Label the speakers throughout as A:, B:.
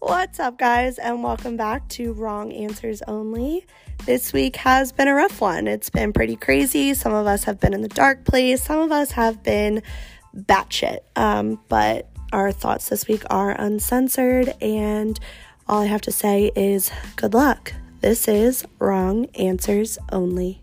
A: What's up, guys, and welcome back to Wrong Answers Only. This week has been a rough one. It's been pretty crazy. Some of us have been in the dark place, some of us have been batshit. Um, but our thoughts this week are uncensored, and all I have to say is good luck. This is Wrong Answers Only.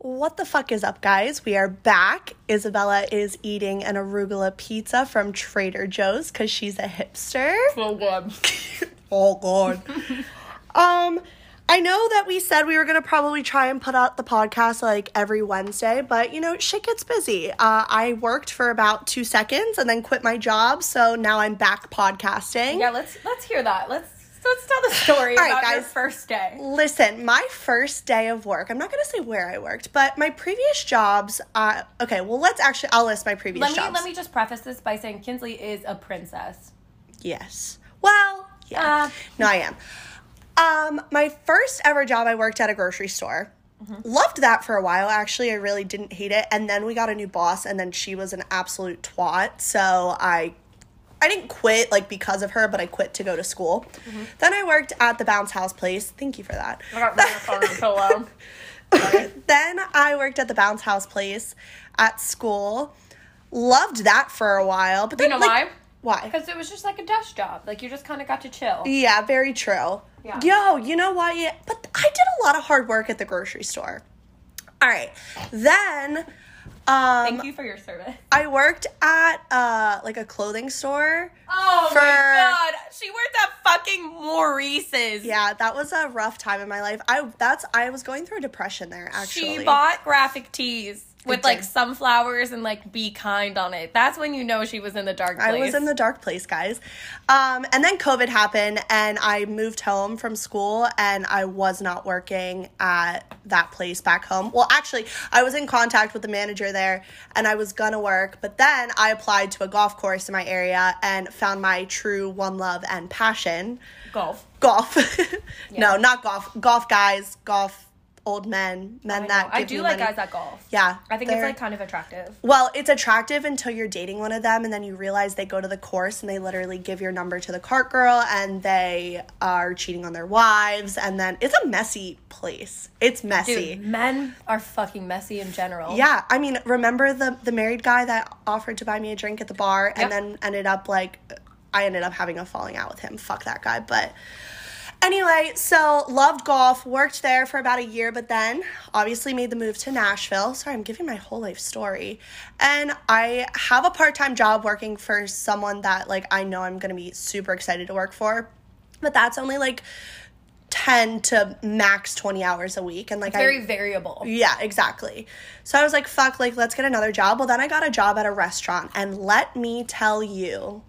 A: What the fuck is up, guys? We are back. Isabella is eating an arugula pizza from Trader Joe's because she's a hipster.
B: So good.
A: Oh, God. um, I know that we said we were going to probably try and put out the podcast like every Wednesday, but you know, shit gets busy. Uh, I worked for about two seconds and then quit my job, so now I'm back podcasting.
B: Yeah, let's let's hear that. Let's let's tell the story
A: All right,
B: about your
A: guys.
B: first day.
A: Listen, my first day of work, I'm not going to say where I worked, but my previous jobs, uh, okay, well, let's actually, I'll list my previous
B: Let me
A: jobs.
B: let me just preface this by saying Kinsley is a princess.
A: Yes. Well, yeah.
B: Uh.
A: no, I am. Um, my first ever job, I worked at a grocery store.
B: Mm-hmm.
A: Loved that for a while, actually. I really didn't hate it. And then we got a new boss, and then she was an absolute twat. So I. I didn't quit like because of her, but I quit to go to school.
B: Mm-hmm.
A: Then I worked at the bounce house place. Thank you for that.
B: I got my phone on pillow.
A: Then I worked at the bounce house place at school. Loved that for a while, but
B: You
A: then
B: know
A: like,
B: why?
A: Why?
B: Because it was just like a desk job. Like you just kind of got to chill.
A: Yeah, very true.
B: Yeah.
A: Yo, you know what? Yeah, but I did a lot of hard work at the grocery store. All right. Then um,
B: Thank you for your service.
A: I worked at uh, like a clothing store.
B: Oh
A: For-
B: my god, she worked at fucking Maurice's.
A: Yeah, that was a rough time in my life. I that's I was going through a depression there actually.
B: She bought graphic tees with like
A: did.
B: sunflowers and like be kind on it. That's when you know she was in the dark place.
A: I was in the dark place, guys. Um, and then COVID happened, and I moved home from school, and I was not working at that place back home. Well, actually, I was in contact with the manager there, and I was gonna work, but then I applied to a golf course in my area and found my true one love and passion
B: golf.
A: golf.
B: Yeah.
A: no, not golf. Golf guys, golf old men, men
B: I, know.
A: that
B: I
A: give
B: do
A: you
B: like
A: money.
B: guys that golf.
A: Yeah,
B: I think it's
A: they're-
B: like kind of attractive.
A: Well, it's attractive until you're dating one of them, and then you realize they go to the course and they literally give your number to the cart girl, and they are cheating on their wives, and then it's a messy place. It's messy.
B: Dude, men are fucking messy in general.
A: Yeah, I mean, remember the the married guy that offered to buy me a drink at the bar, and
B: Yep.
A: then ended up like, I ended up having a falling out with him. Fuck that guy, but. Anyway, so loved golf, worked there for about a year, but then obviously made the move to Nashville. Sorry, I'm giving my whole life story. And I have a part time job working for someone that, like, I know I'm gonna be super excited to work for, but that's only like 10 to max 20 hours a week. And, like, I-
B: Very variable.
A: yeah, exactly. So I was like, fuck, like, let's get another job. Well, then I got a job at a restaurant. And let me tell you,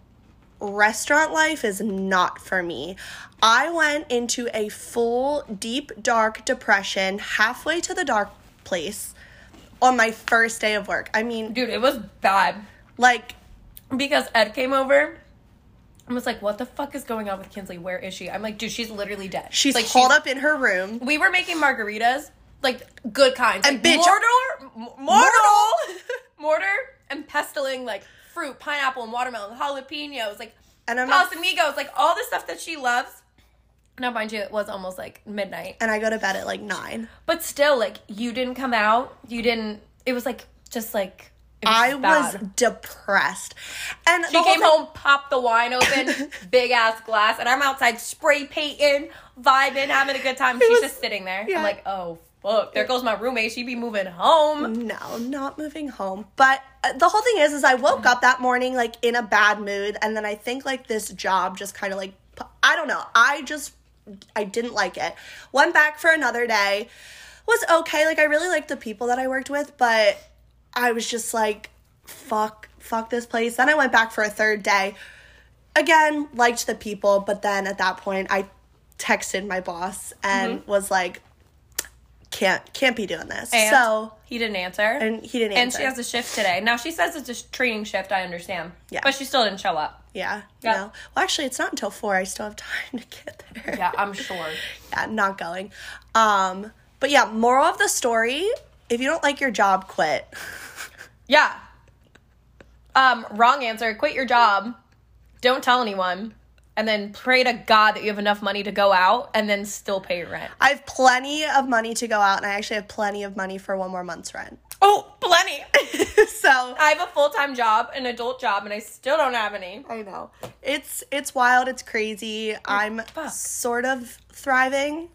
A: restaurant life is not for me. I went into a full, deep, dark depression halfway to the dark place on my first day of work. I mean,
B: Dude, it was bad.
A: like,
B: Because Ed came over and was like, What the fuck is going on with Kinsley? Where is she? I'm like, dude, she's literally dead.
A: she's
B: like
A: hauled up in her room.
B: We were making margaritas, like good kinds.
A: And
B: like,
A: bitch-
B: mortar, m- mortar,
A: Mortal!
B: mortar, and pestiling like fruit, pineapple, and watermelon, jalapenos, like
A: And I'm not-
B: Casamigos, like all the stuff that she loves. Now, mind you, it was almost like midnight.
A: And I go to bed at like nine.
B: But still, like you didn't come out. You didn't. It was like just like it was
A: I was
B: bad.
A: depressed. And
B: She came home, popped the wine open, big ass glass, and I'm outside spray painting, vibing, having a good time. She's
A: was-
B: just sitting there.
A: yeah.
B: I'm like, oh fuck, there goes my roommate. She be moving home.
A: No, not moving home. But uh, the whole thing is, is I woke up that morning like in a bad mood, and then I think like this job just kind of like pu- I don't know. I just I didn't like it. Went back for another day. Was okay. Like I really liked the people that I worked with, but I was just like, fuck, fuck this place. Then I went back for a third day. Again, liked the people, but then at that point, I texted my boss and was like, can't can't be doing this.
B: And
A: so
B: he didn't answer.
A: and he didn't
B: And
A: answer.
B: she has a shift today. Now she says it's a training shift. I understand.
A: Yeah.
B: But she still didn't show up.
A: yeah,
B: Yeah.
A: No. Well, actually, it's not until four. I still have time to get there.
B: Yeah, I'm sure.
A: Yeah, not going. Um, but yeah, moral of the story: if you don't like your job, quit.
B: Yeah. Um, wrong answer. Quit your job. Don't tell anyone. And then pray to God that you have enough money to go out and then still pay your rent.
C: I have plenty of money to go out, and I actually have plenty of money for one more month's rent.
B: Oh, plenty.
C: so
B: I have a full time job, an adult job, and I still don't have any.
C: I know it's it's wild, it's crazy. I'm
B: fuck.
C: sort of thriving,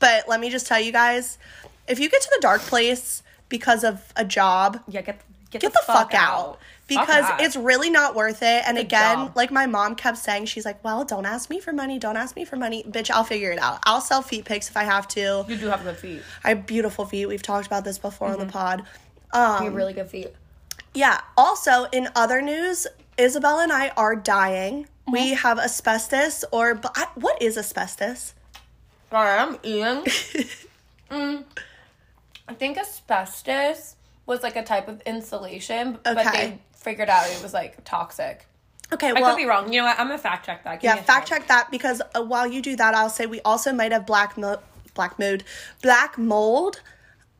C: but let me just tell you guys, if you get to the dark place because of a job,
B: Yeah, get get,
C: get the, fuck, out. Because
B: that.
C: it's really not worth it. And again,
B: job.
C: like my mom kept saying, she's like, Well, don't ask me for money. Don't ask me for money. Bitch, I'll figure it out. I'll sell feet pics if I have to.
B: You Mm-hmm. do have good feet.
C: I have beautiful feet. We've talked about this before on the pod.
B: You
C: Um,
B: have really good feet.
C: yeah. Also, in other news, Isabel and I are dying.
B: Mm-hmm.
C: We have asbestos, or but I, what is asbestos?
B: Sorry, I'm eating. mm. I think asbestos was like a type of insulation, b- but
C: Okay.
B: they figured out it was like toxic.
C: Okay,
B: I
C: well,
B: could be wrong. You know what? I'm gonna fact check that. Give me
C: yeah,
B: a
C: fact
B: second.
C: check that because uh, while you do that, I'll say we also might have black mo- black mood, black mold.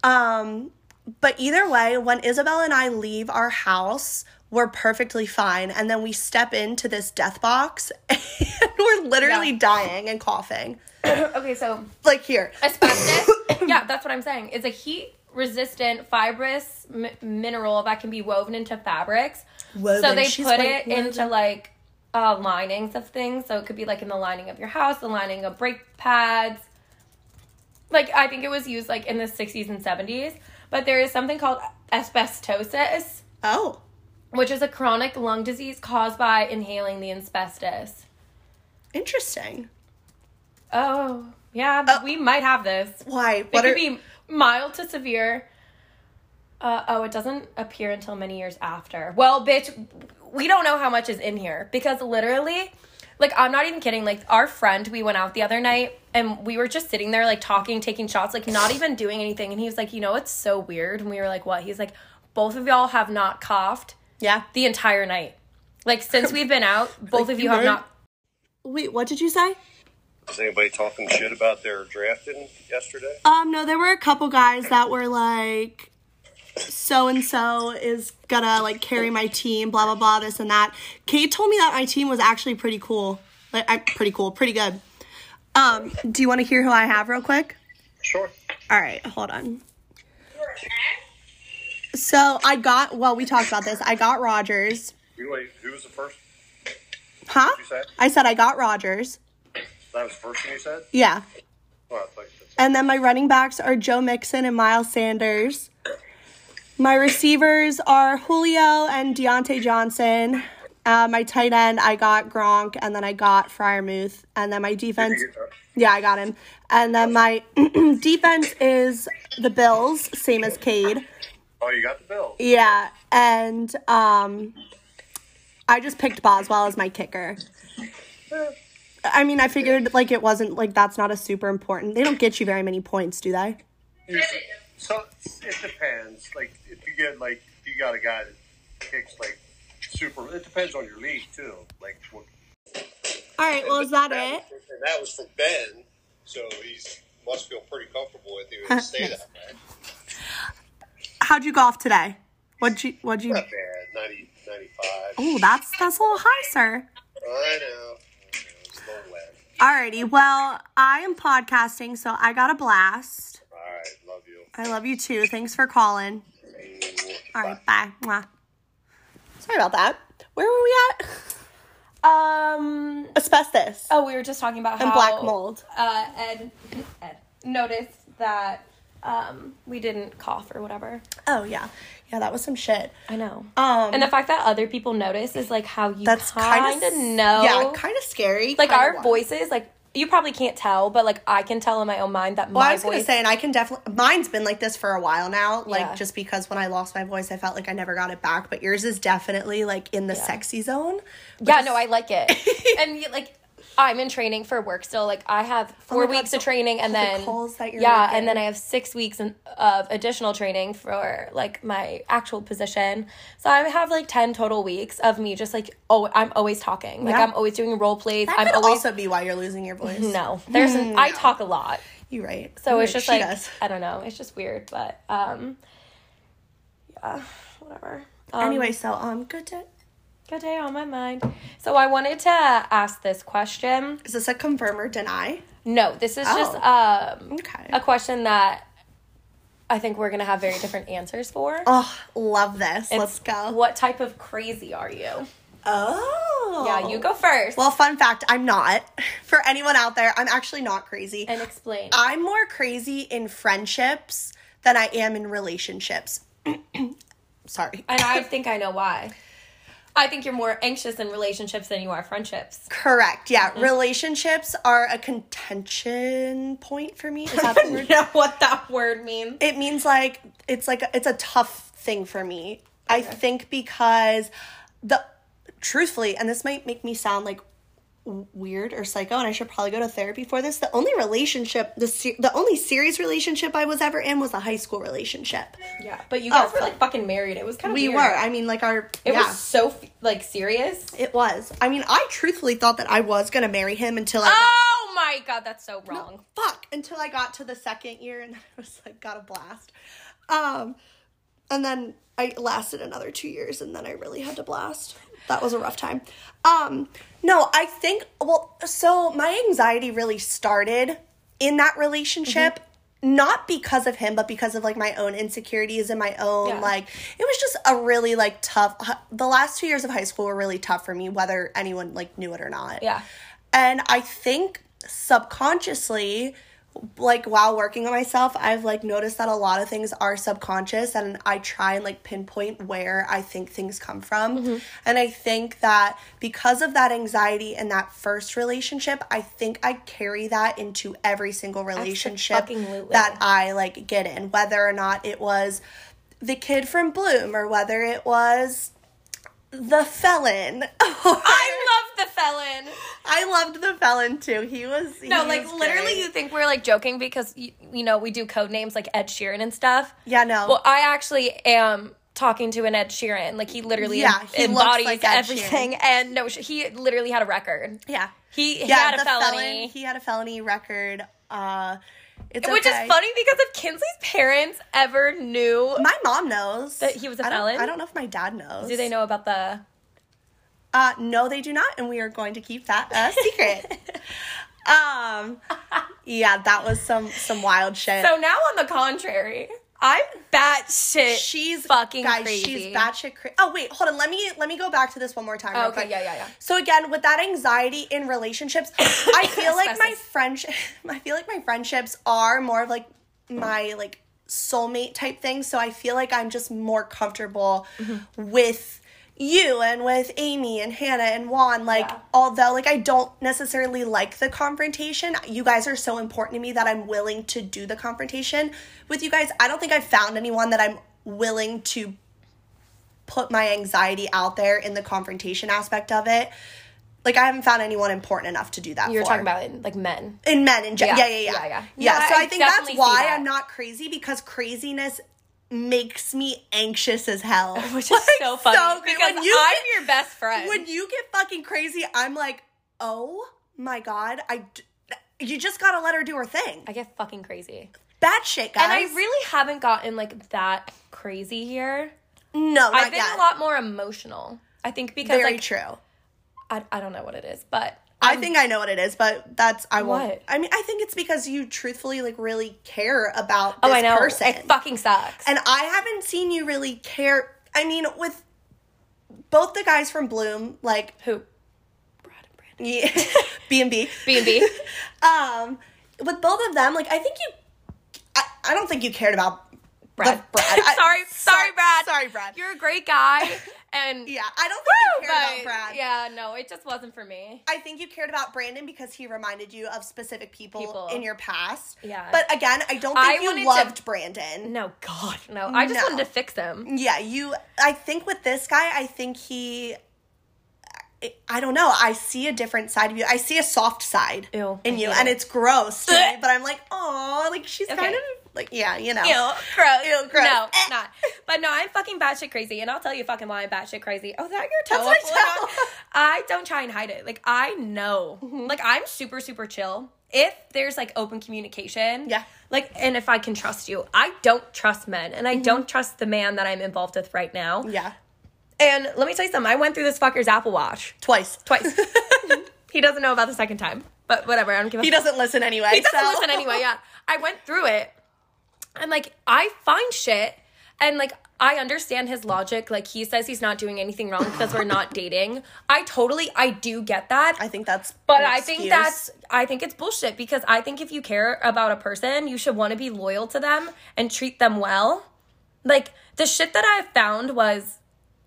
C: Um, but either way, when Isabel and I leave our house, we're perfectly fine, and then we step into this death box, and we're literally
B: Yeah.
C: dying and coughing.
B: okay, so
C: Like here,
B: asbestos. yeah, that's what I'm saying. It's a heat resistant fibrous m- mineral that can be woven into fabrics. So
C: Woven.
B: they
C: She's
B: put
C: like,
B: it into
C: woven.
B: like uh, linings of things. So it could be like in the lining of your house, the lining of brake pads. Like I think it was used like in the 60s and 70s. But there is something called asbestosis,
C: oh,
B: which is a chronic lung disease caused by inhaling the asbestos.
C: interesting.
B: Oh, yeah, we might have this.
C: Why?
B: It
C: What
B: could
C: are-
B: be mild to severe. Uh, oh, it doesn't appear until many years after. Well, bitch, we don't know how much is in here because literally, like, I'm not even kidding. Like, our friend, we went out the other night and we were just sitting there, like, talking, taking shots, like, not even doing anything. And he was like, You know, it's so weird. And we were like, What? He's like, Both of y'all have not coughed
C: Yeah.
B: the entire night. Like, since we've been out, both of you have
C: nerd.
B: not.
C: Wait, what did you say?
D: Was anybody talking shit about their drafting yesterday?
C: Um, no, there were a couple guys that were like, so and so is gonna like carry my team, blah blah blah, this and that. Kate told me that my team was actually pretty cool. Like, I'm pretty cool, pretty good. Um, do you want to hear who I have real quick?
D: Sure.
C: All right, hold on. So I got well, we talked about this. I got Rogers,
D: You wait, who was the first?
C: huh?
D: You said?
C: I said I got Rogers.
D: That was the first thing you said?
C: Yeah,
D: Well, I thought you said
C: And then my running backs are Joe Mixon and Miles Sanders. My receivers are Julio and Deontay Johnson. Uh, my tight end, I got Gronk, and then I got Fryermuth. And then my defense,
D: Did you get that?
C: yeah, I got him. And then my defense is the Bills, same as Cade.
D: Oh, you got the bill.
C: Yeah, and um, I just picked Boswell as my kicker. I mean, I figured like it wasn't like that's not a super important. They don't get you very many points, do they?
D: So it depends. Like, if you get, like, if you got a guy that kicks, like, super, it depends on your league, too. Like, what.
C: All right. Well, is that it?
D: And that was from Ben, so he's must feel pretty comfortable with you to say that, man.
C: How'd you golf today? What'd you? What'd you?
D: Not bad. 90, 95.
C: Oh, that's that's a little high, sir.
D: I know. It's long leg.
C: Alrighty. Well, I am podcasting, so I got a blast.
D: All right. Love you.
C: I love you too. Thanks for calling. All right. Bye. Mwah. Sorry about that. Where were we at?
B: Um.
C: Asbestos.
B: Oh, we were just talking about
C: And
B: how
C: black mold.
B: Uh, Ed, Ed noticed that um, we didn't cough or whatever.
C: Oh yeah, yeah, that was some shit.
B: I know.
C: Um,
B: and the fact that other people notice is like how you
C: That's
B: kind of know.
C: Yeah, kind of scary.
B: like
C: kinda
B: our
C: wild.
B: voices, like you probably can't tell, but like I can tell in my own mind that
C: Well,
B: my
C: I was gonna
B: voice.
C: say, and I can definitely. Mine's been like this for a while now. Like
B: Yeah.
C: just because when I lost my voice, I felt like I never got it back. But yours is definitely like in the sexy zone.
B: yeah, no, I like it. and you- like I'm in training for work still. Like I have four
C: Oh God,
B: weeks
C: so
B: of training, and
C: all the
B: then
C: calls that you're
B: yeah,
C: making.
B: and then I have six weeks in, of additional training for like my actual position. So I have like ten total weeks of me just like oh, I'm always talking. Like
C: Yeah.
B: I'm always doing role plays.
C: That
B: I'm
C: could
B: always
C: also Mm. be why you're losing your voice.
B: no. There's an, I talk a lot,
C: you're right.
B: so
C: You're
B: it's
C: right.
B: just
C: She
B: like
C: does.
B: I don't know. It's just weird, but um, yeah, whatever. Um,
C: anyway, so um, good to.
B: good day on my mind. So I wanted to ask this question.
C: Is this a confirm or deny?
B: No, this is just
C: Oh.
B: um
C: Okay.
B: a question that I think we're gonna have very different answers for.
C: Oh, love this.
B: It's,
C: Let's go.
B: What type of crazy are you?
C: Oh.
B: Yeah, you go first
C: Well, fun fact, I'm not. For anyone out there, I'm actually not crazy.
B: and explain.
C: I'm more crazy in friendships than I am in relationships. Sorry.
B: and I think I know why. I think you're more anxious in relationships than you are friendships.
C: Correct. Yeah.
B: Mm-hmm.
C: Relationships are a contention point for me. Is that the word?
B: You know what that word means?
C: It means like it's like a, it's a tough thing for me. I think because the truthfully, and this might make me sound like w- weird or psycho, and I should probably go to therapy for this. The only relationship, the se- the only serious relationship I was ever in was a high school relationship.
B: Yeah, but you guys
C: Oh.
B: were like fucking married. It was kind of
C: We
B: weird.
C: were. I mean, like our
B: It
C: yeah.
B: was so f- like serious.
C: it was. I mean, I truthfully thought that I was gonna marry him until I got-
B: Oh my god, that's so wrong.
C: fuck until I got to the second year and I was like got a blast. Um and then I lasted another 2 years and then I really had to blast. That was a rough time. Um no, I think well so my anxiety really started in that relationship. Not because of him, but because of like my own insecurities and my own
B: Yeah.
C: like it was just a really like tough. The last two years of high school were really tough for me, whether anyone like knew it or not.
B: Yeah.
C: And I think subconsciously, like while working on myself, I've like noticed that a lot of things are subconscious and I try and like pinpoint where I think things come from. And I think that because of that anxiety in that first relationship, I think I carry that into every single relationship
B: Abso-fucking-lutely.
C: that I like get in, whether or not it was the kid from Bloom or whether it was the felon.
B: I love the felon.
C: I loved the felon too. He was he
B: No, like
C: was
B: literally,
C: great.
B: you think we're like joking because you, you know we do code names like Ed Sheeran and stuff.
C: Yeah, no.
B: Well, I actually am talking to an Ed Sheeran. Like he literally
C: Yeah, he looks
B: embodies
C: like Ed Sheeran.
B: everything. And no, sh- he literally had a record.
C: yeah,
B: He, he
C: yeah.
B: had a
C: the
B: felony,
C: felon. He had a felony record. Uh, it's
B: which
C: okay.
B: is funny because if Kinsley's parents ever knew,
C: My mom knows
B: That he was a
C: I don't-
B: felon?
C: I don't know if my dad knows.
B: do they know about the?
C: Uh, no, they do not, and we are going to keep that a secret. um, yeah, that was some some wild shit.
B: So now, on the contrary, I'm batshit.
C: she's
B: fucking
C: guys,
B: crazy.
C: She's batshit crazy. Oh wait, hold on. Let me let me go back to this one more time. real
B: Okay,
C: quick.
B: yeah, yeah, yeah.
C: So again, with that anxiety in relationships, I feel like my
B: Asbestos.
C: friendship. I feel like my friendships are more of like my like soulmate type thing. So I feel like I'm just more comfortable
B: Mm-hmm.
C: with you and with Amy and Hannah and Juan. Like
B: Yeah.
C: although like I don't necessarily like the confrontation, you guys are so important to me that I'm willing to do the confrontation with you guys. I don't think I've found anyone that I'm willing to put my anxiety out there in the confrontation aspect of it. Like I haven't found anyone important enough to do that.
B: You're
C: for.
B: talking about it, like men.
C: in men in general.
B: Yeah,
C: Yeah, yeah, yeah,
B: yeah,
C: yeah.
B: yeah. Yeah,
C: so
B: I
C: I, think that's
B: definitely see
C: why
B: that.
C: I'm not crazy because craziness makes me anxious as hell.
B: Which is
C: Like,
B: so funny
C: cra-
B: because
C: when you
B: I'm
C: get-
B: your best friend.
C: when you get fucking crazy, I'm like, oh my god, I. D- you just gotta let her do her thing.
B: I get fucking crazy.
C: Bad shit, guys.
B: And I really haven't gotten like that crazy here.
C: no, not
B: I've been
C: yet.
B: a lot more emotional. I think because
C: Very
B: like
C: true.
B: I, I don't know what it is, but
C: I think I know what it is, but that's I won't.
B: What?
C: I mean, I think it's because you truthfully like really care about
B: oh
C: this
B: I know
C: person,
B: it fucking sucks.
C: and I haven't seen you really care. I mean, with both the guys from Bloom, like
B: Who? Brad and Brandon.
C: B and B,
B: B and B.
C: um, with both of them, like I think you, I, I don't think you cared about
B: Brad.
C: The Brad. I-
B: sorry, sorry,
C: sor-
B: Brad.
C: sorry, Brad.
B: You're a great guy, and
C: yeah, I don't think you cared
B: but
C: about Brad.
B: yeah, no, it just wasn't for me.
C: I think you cared about Brandon because he reminded you of specific people,
B: People.
C: in your past.
B: Yeah.
C: But again, I don't think
B: I wanted
C: you
B: to-
C: loved Brandon.
B: No, God, no. I just
C: No.
B: wanted to fix him.
C: Yeah, you. I think with this guy, I think he. I- I don't know. I see a different side of you. I see a soft side
B: Ew, I
C: in you,
B: hate
C: and
B: it.
C: it's gross to me. But I'm like, oh, like she's
B: Okay.
C: kind of like, yeah, you know.
B: Ew, gross.
C: Ew, gross.
B: No,
C: Eh.
B: not. But no, I'm fucking batshit crazy, and I'll tell you fucking why I'm batshit crazy. Oh, is that your toe?
C: That's my
B: up? Hold
C: toe. Mm-hmm.
B: on. I don't try and hide it. Like I know. Like I'm super super chill. If there's like open communication,
C: Yeah.
B: Like, and
C: Mm-hmm.
B: if I can trust you, I don't trust men, and I don't trust the man that I'm involved with right now.
C: Yeah.
B: And let me tell you something. I went through this fucker's Apple Watch
C: Twice.
B: twice. he doesn't know about the second time, but whatever. I don't give a
C: He doesn't listen anyway.
B: he doesn't
C: so-
B: listen anyway. Yeah, I went through it, and like I find shit, and like I understand his logic. Like he says he's not doing anything wrong because we're not dating. I totally, I do get that.
C: I think that's.
B: but
C: an
B: I think
C: excuse.
B: that's I think it's bullshit because I think if you care about a person, you should want to be loyal to them and treat them well. Like the shit that I found was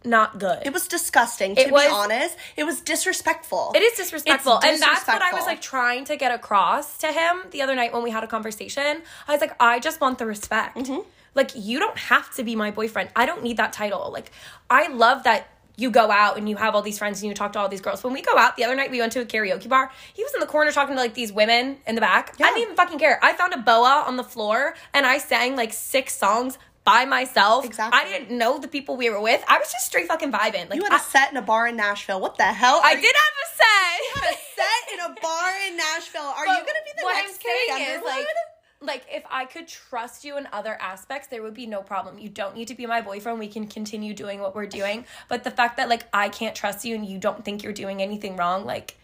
B: not good.
C: It was disgusting, to
B: It was-
C: be honest. It was disrespectful.
B: It is disrespectful.
C: It's
B: And that's what I was
C: disrespectful.
B: like trying to get across to him the other night when we had a conversation. I was like, I just want the respect.
C: Mm-hmm.
B: Like, you don't have to be my boyfriend. I don't need that title. Like, I love that you go out and you have all these friends and you talk to all these girls. When we go out, the other night we went to a karaoke bar. He was in the corner talking to like these women in the back. I didn't even fucking care. I found a boa on the floor and I sang like six songs by myself.
C: Exactly.
B: I didn't know the people we were with. I was just straight fucking vibing. Like,
C: You had a
B: I-
C: set in a bar in Nashville. What the hell?
B: I
C: Are
B: did
C: you-
B: have a set.
C: set in a bar in Nashville. Are you
B: But
C: going to be the
B: what
C: next
B: I'm
C: Carrie
B: saying
C: Underwood?
B: is, like, like if I could trust you in other aspects, there would be no problem. You don't need to be my boyfriend. We can continue doing what we're doing. But the fact that like I can't trust you and you don't think you're doing anything wrong, like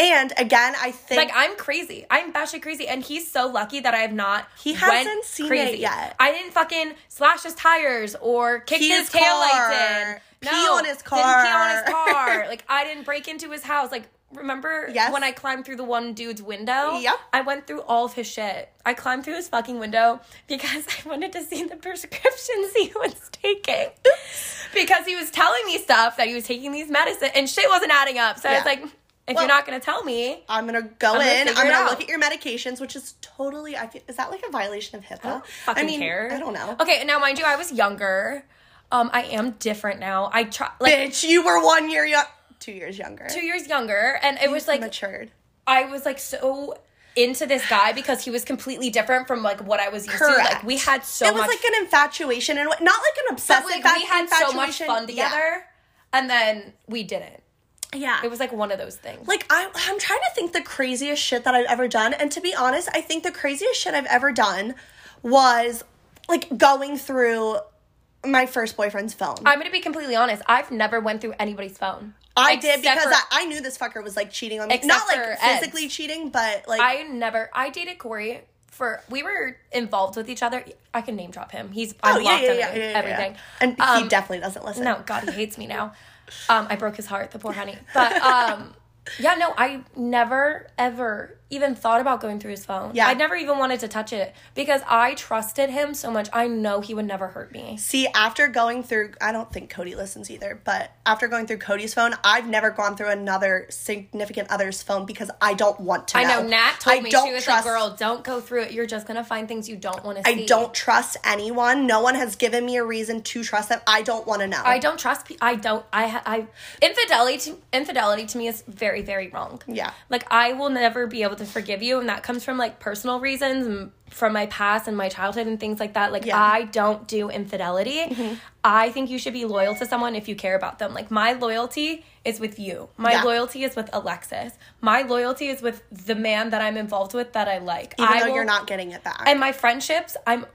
C: and again, I think
B: like I'm crazy. I'm batshit crazy, and he's so lucky that I have not.
C: He
B: went
C: hasn't seen it
B: crazy.
C: yet.
B: I didn't fucking slash his tires or kick
C: Pee
B: his
C: his car.
B: taillight in.
C: Pee
B: No,
C: on his
B: Didn't pee on his
C: car.
B: car. like I didn't break into his house. Like remember
C: Yes.
B: when I climbed through the one dude's window?
C: Yep.
B: I went through all of his shit. I climbed through his fucking window because I wanted to see the prescriptions he was taking. because he was telling me stuff that he was taking these medicine and shit wasn't adding up. So I was
C: Yeah.
B: like, if
C: Well-
B: you're not gonna tell me,
C: I'm gonna go
B: gonna
C: in. I'm
B: figure it
C: gonna
B: out.
C: look at your medications, which is totally. I feel, is that like a violation of HIPAA? I
B: don't fucking
C: mean,
B: care.
C: I don't know.
B: Okay, now mind you, I was younger. Um, I am different now. I try like
C: Bitch, you were one year young, two years younger.
B: two years younger, and it was like
C: matured.
B: I was like so into this guy because he was completely different from like what I was used to. Like
C: Correct.
B: we had so
C: it was
B: much
C: like an infatuation and what- not like an
B: but,
C: obsessive.
B: like,
C: fac-
B: we had so much
C: infatuation.
B: fun
C: Yeah.
B: together, and then we didn't.
C: Yeah,
B: It was like one of those things.
C: like I, I'm trying to think the craziest shit that I've ever done. And to be honest, I think the craziest shit I've ever done was like going through my first boyfriend's phone.
B: I'm gonna be completely honest. I've never went through anybody's phone.
C: I did
B: Except
C: because
B: for-
C: I, I knew this fucker was like cheating on me.
B: Except
C: Not
B: for
C: like
B: Ed's.
C: physically cheating, but like
B: I never. I dated Corey for. We were involved with each other. I can name drop him. He's. I'm
C: oh yeah,
B: locked
C: yeah,
B: on
C: yeah, yeah, yeah, yeah.
B: everything.
C: And
B: Um,
C: he definitely doesn't listen.
B: No, God, he hates me now. Um, I broke his heart, the poor honey. But um, yeah, no, I never ever even thought about going through his phone.
C: Yeah.
B: I never even wanted to touch it because I trusted him so much. I know he would never hurt me.
C: See, after going through, I don't think Cody listens either, but after going through Cody's phone, I've never gone through another significant other's phone because I don't want to.
B: I know Nat told
C: I
B: me
C: don't
B: she was like,
C: trust,
B: "Girl, don't go through it. You're just gonna find things you don't want to see."
C: I don't trust anyone. No one has given me a reason to trust them. I don't want to know.
B: I don't trust. Pe- I don't. I. ha- I. Infidelity. To, infidelity to me is very, very wrong.
C: Yeah.
B: Like I will never be able to forgive you, and that comes from like personal reasons, and from my past and my childhood and things like that. Like
C: Yeah. Mm-hmm.
B: I don't do infidelity. I think you should be loyal to someone if you care about them. Like my loyalty is with you. My
C: Yeah.
B: loyalty is with Alexis. My loyalty is with the man that I'm involved with that I like.
C: even
B: I
C: though
B: will-
C: you're not getting it back.
B: and my friendships, I'm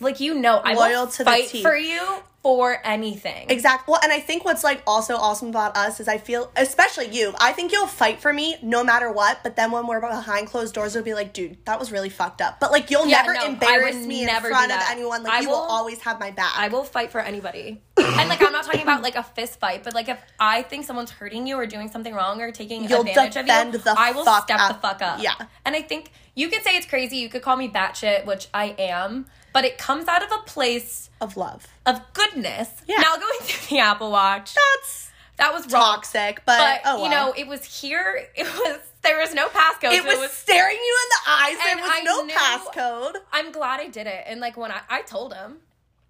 B: like you know, I
C: Loyal
B: will
C: to the
B: fight
C: teeth.
B: for you for anything.
C: Exactly. Well, and I think what's like also awesome about us is I feel, especially you, I think you'll fight for me no matter what. But then when we're behind closed doors, it'll be like, dude, that was really fucked up. But like, you'll
B: Yeah,
C: never
B: no, I
C: embarrass
B: would
C: me
B: never
C: in front
B: do
C: of
B: that.
C: anyone. Like,
B: I
C: you will
B: will-
C: always have my back.
B: I will fight for anybody. And like I'm not talking about like a fist fight, but like if I think someone's hurting you or doing something wrong or taking
C: You'll
B: advantage
C: defend
B: of you,
C: the
B: I will
C: fuck
B: step the
C: up.
B: fuck up.
C: Yeah.
B: And I think you could say it's crazy, you could call me batshit, which I am, but it comes out of a place
C: of love.
B: of goodness.
C: Yeah.
B: Now going through the Apple Watch.
C: That's
B: That was wrong.
C: toxic, but,
B: But
C: oh,
B: you
C: well.
B: know, it was here, it was there was no passcode.
C: it
B: so
C: was, staring you in the eyes.
B: And
C: There was
B: I
C: no
B: knew-
C: passcode.
B: I'm glad I did it. And like when I, I told him,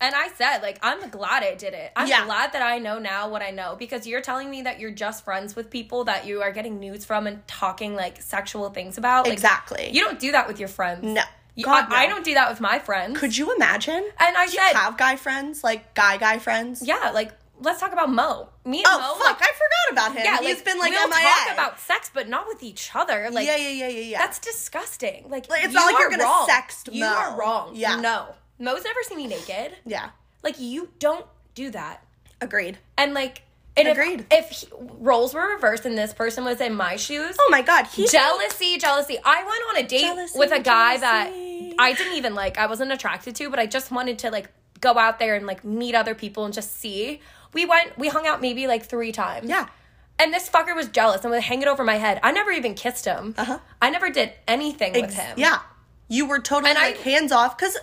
B: and I said, like, I'm glad I did it. I'm
C: Yeah.
B: glad that I know now what I know because you're telling me that you're just friends with people that you are getting news from and talking like sexual things about. Like,
C: Exactly.
B: You don't do that with your friends.
C: No.
B: You-
C: God,
B: I, I
C: no.
B: don't do that with my friends.
C: Could you imagine?
B: and I said,
C: Have guy friends, like guy guy friends.
B: yeah, like, let's talk about Mo. Me and
C: Oh
B: Mo.
C: fuck!
B: like,
C: I forgot about him.
B: yeah,
C: He's
B: like,
C: been like
B: we'll
C: MIA.
B: talk about sex, but not with each other. Like,
C: yeah, yeah, yeah, yeah, yeah.
B: That's disgusting. Like,
C: Like, it's not like you're
B: are
C: gonna
B: wrong.
C: sext
B: You
C: Mo.
B: are wrong.
C: Yeah.
B: No. Mo's never seen me naked.
C: yeah.
B: Like you don't do that.
C: Agreed.
B: And like, and if-
C: Agreed.
B: If, he- roles were reversed and this person was in my shoes,
C: Oh my god, he's
B: jealousy, jealousy. I went on a date
C: Jealousy,
B: with a guy
C: jealousy.
B: that I didn't even like. I wasn't attracted to, but I just wanted to like go out there and like meet other people and just see. We went, we hung out maybe like three times.
C: Yeah.
B: And this fucker was jealous and would hang it over my head. I never even kissed him. Uh-huh. I never did anything with him.
C: Yeah. You were totally
B: And I-
C: like hands off because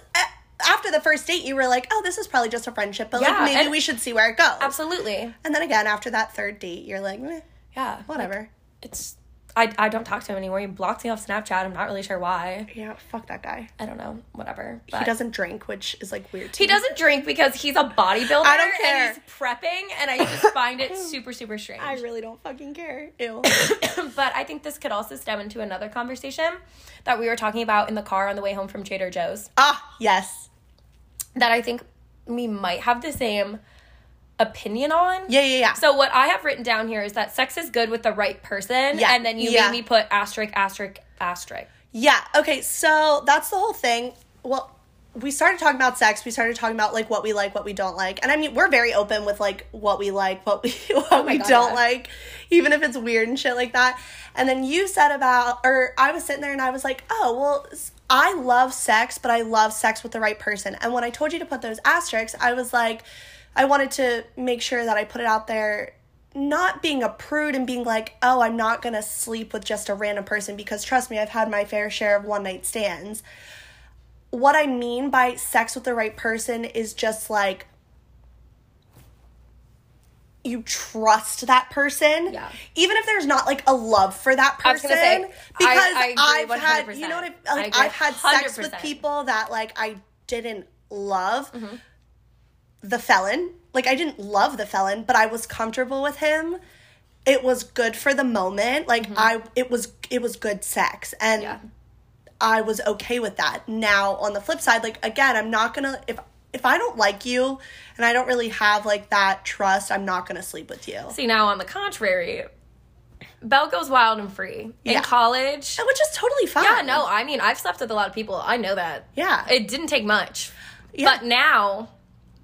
C: after the first date, you were like, oh, this is probably just a friendship, but
B: Yeah,
C: like maybe
B: and-
C: we should see where it goes.
B: Absolutely.
C: And then again, after that third date, you're like, meh,
B: Yeah.
C: whatever.
B: It's I, I don't talk to him anymore. He blocked me off Snapchat. I'm not really sure why.
C: yeah, fuck that guy.
B: I don't know. Whatever.
C: He
B: But-
C: doesn't drink, which is like weird. To
B: He
C: me.
B: doesn't drink because he's a bodybuilder.
C: I don't care.
B: And he's prepping, and I just find it super, super strange.
C: I really don't fucking care. Ew.
B: but I think this could also stem into another conversation that we were talking about in the car on the way home from Trader Joe's.
C: ah, yes.
B: That I think we might have the same opinion on.
C: Yeah, yeah, yeah.
B: So what I have written down here is that sex is good with the right person,
C: Yeah,
B: and then you
C: yeah.
B: made me put asterisk, asterisk, asterisk.
C: Yeah. Okay. So that's the whole thing. Well, we started talking about sex. We started talking about like what we like, what we don't like, and I mean we're very open with like what we like, what we what we
B: Oh God,
C: don't
B: yeah.
C: like, even if it's weird and shit like that. And then you said about, or I was sitting there and I was like, oh well, s- I love sex, but I love sex with the right person. And when I told you to put those asterisks, I was like, I wanted to make sure that I put it out there not being a prude and being like, oh, I'm not gonna sleep with just a random person because trust me, I've had my fair share of one night stands. What I mean by sex with the right person is just like you trust that person.
B: Yeah.
C: Even if there's not like a love for that
B: I was
C: person.
B: gonna say,
C: because
B: I- I
C: I,
B: agree
C: have had you know what
B: 100%.
C: I
B: I
C: like
B: agree
C: I've had sex with
B: 100%.
C: people that like I didn't love the felon. Like I didn't love the felon, but I was comfortable with him. It was good for the moment. Like I it was it was good sex and
B: Mm-hmm. Yeah.
C: I was okay with that. Now on the flip side, like again, I'm not going to if if I don't like you and I don't really have like that trust, I'm not going to sleep with you.
B: See now, on the contrary, Belle goes wild and free
C: Yeah.
B: in college.
C: Which is totally fine.
B: Yeah, no, I mean, I've slept with a lot of people. I know that.
C: Yeah.
B: It didn't take much.
C: Yeah.
B: But now,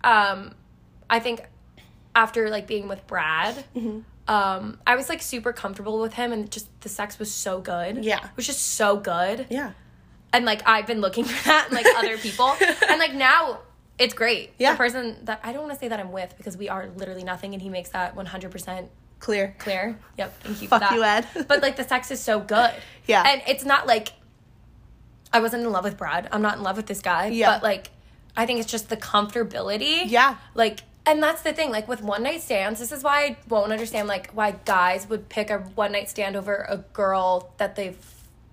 B: um, I think after like being with Brad,
C: Mm-hmm.
B: um, I was like super comfortable with him and just the sex was so good.
C: Yeah.
B: It was just so good.
C: yeah.
B: And like I've been looking for that in like other people. And like now it's great.
C: Yeah.
B: The person that I don't want to say that I'm with because we are literally nothing and he makes that 100%
C: Clear.
B: clear. Yep. Thank you
C: Fuck
B: for that.
C: you, Ed.
B: but like the sex is so good.
C: Yeah.
B: And it's not like I wasn't in love with Brad. I'm not in love with this guy.
C: Yeah.
B: But like I think it's just the comfortability.
C: Yeah.
B: Like and that's the thing, like with one night stands, this is why I won't understand like why guys would pick a one night stand over a girl that they've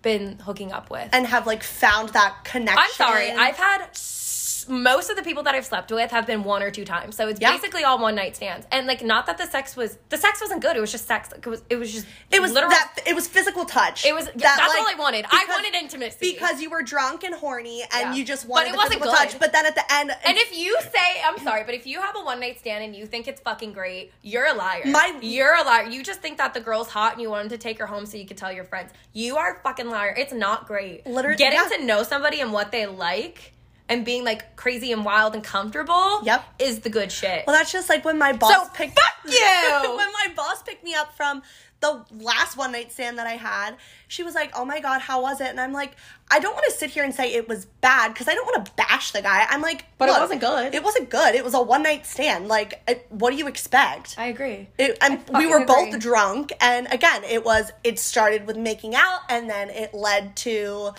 B: been hooking up with.
C: And have like found that connection.
B: I'm sorry. I've had s- most of the people that I've slept with have been one or two times. So it's
C: Yeah.
B: basically all one night stands. And like, not that the sex was the sex wasn't good. It was just sex. Like, it was. It was just.
C: It was
B: literal.
C: that. It was physical touch.
B: it was. yeah, that's all I wanted. I wanted intimacy.
C: because you were drunk and horny, and
B: Yeah.
C: you just
B: But
C: wanted
B: it
C: the
B: wasn't
C: physical
B: good.
C: touch. But then at the end,
B: And if you say, I'm sorry, but if you have a one night stand and you think it's fucking great, you're a liar.
C: My-
B: you're a liar. You just think that the girl's hot and you wanted to take her home so you could tell your friends. You are a fucking liar. It's not great.
C: Literally-
B: getting
C: yeah.
B: to know somebody and what they like and being like crazy and wild and comfortable.
C: Yep.
B: is the good shit.
C: well, that's just like when my boss
B: So,
C: picked
B: fuck you!
C: when my boss picked me up from the last one night stand that I had, she was like, "Oh my god, how was it?" And I'm like, I don't want to sit here and say it was bad because I don't want to bash the guy. I'm like,
B: But it
C: "Look,
B: wasn't good."
C: It wasn't good. It was a one night stand. Like, I, what do you expect?
B: I agree.
C: It, and we
B: fucking
C: were both
B: agree.
C: drunk, and again, it was it started with making out, and then it led to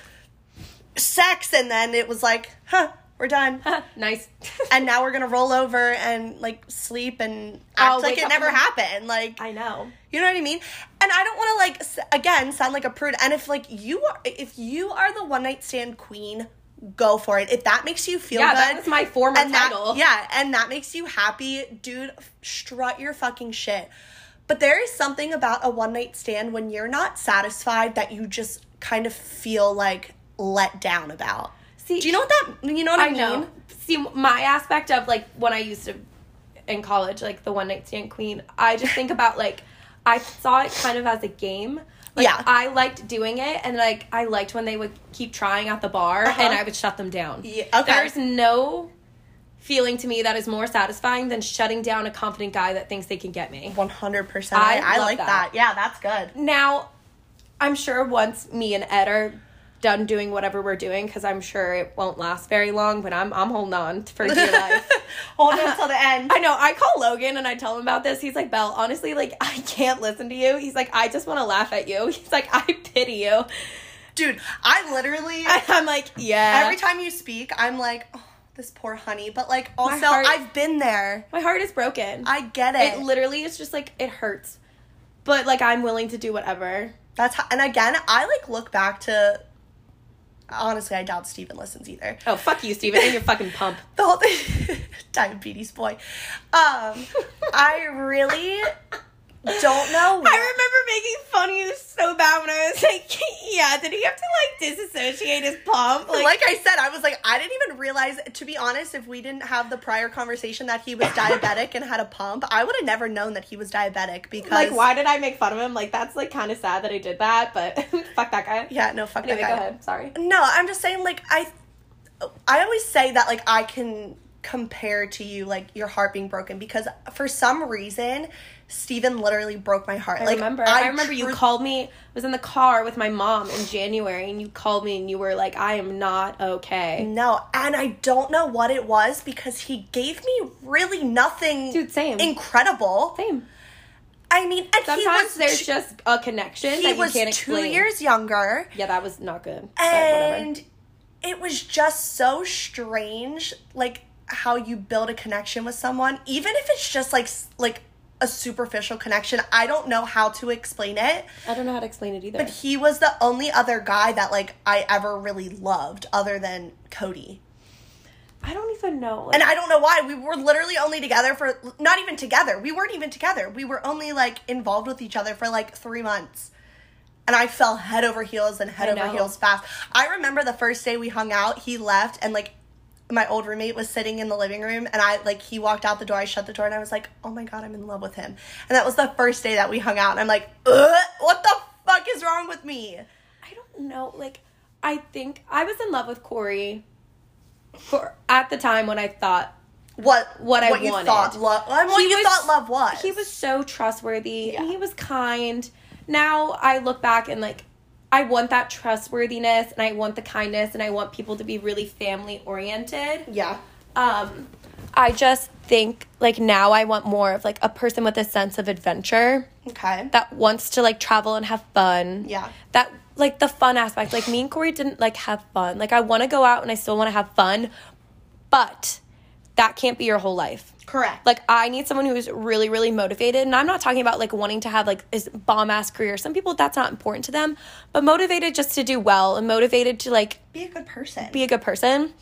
C: sex, and then it was like, huh, we're done,
B: nice.
C: and now we're gonna roll over and like sleep and act
B: I'll
C: like
B: Oh, wake
C: it
B: up
C: never
B: in the-
C: happened, like
B: I know.
C: you know what I mean? And I don't want to like s- again sound like a prude. And if like you are, if you are the one night stand queen, go for it. If that makes you feel
B: Yeah,
C: good,
B: that was my former
C: and that-
B: title.
C: yeah, and that makes you happy, dude. f- Strut your fucking shit. But there is something about a one night stand when you're not satisfied that you just kind of feel like let down about.
B: See,
C: Do you know what that? You know what I,
B: I
C: mean?
B: know. See, my aspect of like when I used to in college, like the one night stand queen, I just think about like I saw it kind of as a game. Like,
C: Yeah.
B: I liked doing it, and like I liked when they would keep trying at the bar,
C: Uh-huh.
B: and I would shut them down.
C: Yeah, okay.
B: There's no feeling to me that is more satisfying than shutting down a confident guy that thinks they can get me.
C: One hundred percent. I,
B: I
C: I
B: love
C: like
B: that.
C: that. Yeah, that's good.
B: Now, I'm sure once me and Ed are done doing whatever we're doing, because I'm sure it won't last very long, but I'm I'm holding on for dear life.
C: Hold it until the end.
B: I know. I call Logan and I tell him about this. He's like, Belle, honestly, like I can't listen to you. He's like, I just want to laugh at you. He's like, I pity you.
C: Dude, I literally
B: And I'm like, yeah.
C: every time you speak, I'm like, oh, this poor honey. But like also
B: heart-
C: I've been there.
B: my heart is broken.
C: I get
B: it
C: it.
B: literally is just like it hurts, but like I'm willing to do whatever.
C: That's how, and again, I like look back to honestly, I doubt Steven listens either.
B: Oh fuck you, Steven, and your fucking pump.
C: the whole thing diabetes boy um i really don't know
B: I remember making fun of you so bad when I was like, yeah, did he have to like disassociate his pump?
C: like, i said i was like i didn't even realize to be honest if we didn't have the prior conversation that he was diabetic and had a pump i would have never known that he was diabetic because
B: like why did I make fun of him? Like that's like kind of sad that I did that, but fuck that guy.
C: yeah no fuck
B: Anyway,
C: that
B: go
C: guy
B: ahead. Sorry.
C: no i'm just saying like i i always say that like i can compare to you like your heart being broken because for some reason Steven literally broke my heart
B: I
C: like
B: remember. I, remember you
C: tru-
B: called me. I was in the car with my mom in January, and you called me, and you were like, "I am not okay."
C: No, and I don't know what it was because he gave me really nothing
B: Dude, same.
C: incredible.
B: Same.
C: I mean, and he
B: Sometimes
C: was
B: there's
C: two,
B: just a connection
C: he
B: that you
C: was
B: can't
C: two
B: explain.
C: years younger,
B: Yeah, that was not good. but whatever.
C: and it was just so strange, like how you build a connection with someone, even if it's just like s- like a superficial connection. I don't know how to explain it.
B: I don't know how to explain it either.
C: But he was the only other guy that like I ever really loved, other than Cody.
B: I don't even know. Like,
C: And I don't know why. We were literally only together for not even together. We weren't even together. We were only like involved with each other for like three months. And I fell head over heels and head
B: I
C: over
B: know.
C: heels fast. I remember the first day we hung out, he left and like my old roommate was sitting in the living room and I like he walked out the door, I shut the door and I was like, Oh my god, I'm in love with him. And that was the first day that we hung out and I'm like, Ugh, what the fuck is wrong with me?
B: I don't know. Like, I think I was in love with Corey for at the time when I thought
C: What
B: What I
C: you
B: wanted.
C: thought love what
B: He
C: you
B: was-
C: thought love was.
B: he was so trustworthy and
C: Yeah.
B: he was kind. Now I look back and like I want that trustworthiness and I want the kindness and I want people to be really family oriented.
C: Yeah.
B: Um I just think like now I want more of like a person with a sense of adventure
C: Okay.
B: that wants to like travel and have fun.
C: Yeah.
B: That like the fun aspect. Like me and Corey didn't like have fun. Like I want to go out and I still want to have fun, but that can't be your whole life.
C: Correct.
B: Like I need someone who's really, really motivated. And I'm not talking about like wanting to have like this bomb ass career. Some people that's not important to them, but motivated just to do well and motivated to like
C: be a good person.
B: be a good person.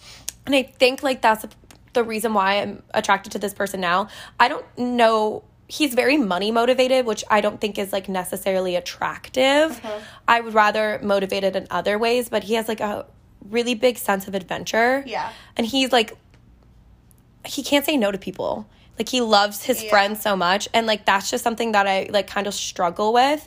B: And I think like that's the reason why I'm attracted to this person now. I don't know. He's very money motivated, which I don't think is like necessarily attractive.
C: Uh-huh.
B: I would rather motivated in other ways, but he has like a really big sense of adventure.
C: Yeah.
B: And he's like he can't say no to people. Like he loves his
C: Yeah.
B: friends so much and like that's just something that I like kind of struggle with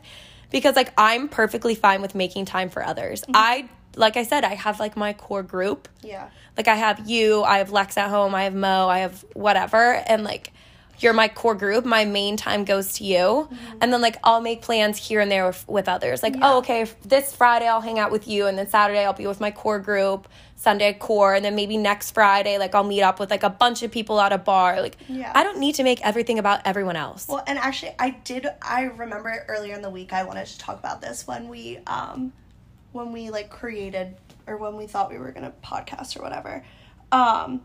B: because like I'm perfectly fine with making time for others. I like I said I have like my core group.
C: Mm-hmm. yeah.
B: Like I have you, I have Lex at home, I have Mo, I have whatever and like you're my core group. My main time goes to you.
C: Mm-hmm.
B: And then, like, I'll make plans here and there with, with others. Like, oh, okay, f- this Friday I'll hang out with you. And then Saturday I'll be with my core group. Sunday, core. And then maybe next Friday, like, I'll meet up with like a bunch of people at a bar. Like,
C: Yeah.
B: I don't need to make everything about everyone else.
C: Well, and actually, I did. I remember earlier in the week I wanted to talk about this when we, um, when we like created or when we thought we were gonna podcast or whatever. Um,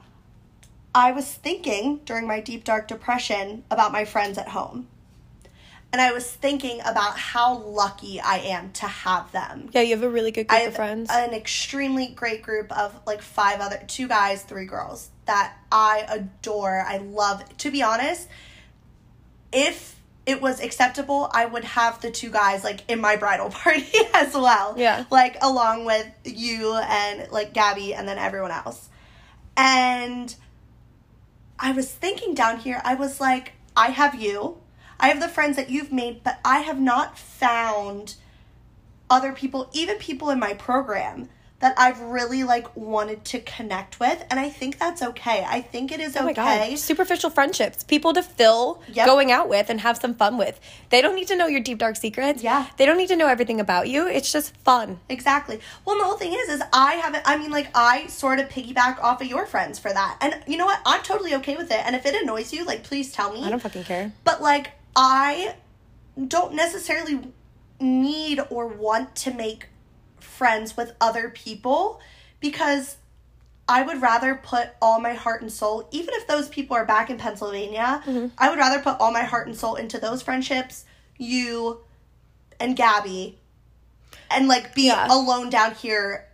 C: I was thinking during my deep dark depression about my friends at home, and I was thinking about how lucky I am to have them.
B: yeah, you have a really good
C: I
B: group
C: have
B: of friends.
C: an extremely great group of like five other two guys, three girls that I adore. I love. To be honest, if it was acceptable, I would have the two guys like in my bridal party as well.
B: Yeah.
C: Like along with you and like Gabby and then everyone else. And I was thinking down here, I was like, I have you. I have the friends that you've made, but I have not found other people, even people in my program, that I've really like wanted to connect with, and I think that's okay. I think it is
B: Oh my
C: okay.
B: God. Superficial friendships, people to fill
C: Yep.
B: going out with and have some fun with. They don't need to know your deep, dark secrets.
C: Yeah.
B: They don't need to know everything about you. It's just fun.
C: Exactly. Well, and the whole thing is, is I haven't. I mean, like I sort of piggyback off of your friends for that, and you know what? I'm totally okay with it. And if it annoys you, like, please tell me.
B: I don't fucking care.
C: but like I don't necessarily need or want to make friends with other people because I would rather put all my heart and soul, even if those people are back in Pennsylvania,
B: Mm-hmm.
C: I would rather put all my heart and soul into those friendships, you and Gabby, and like be
B: Yeah.
C: alone down here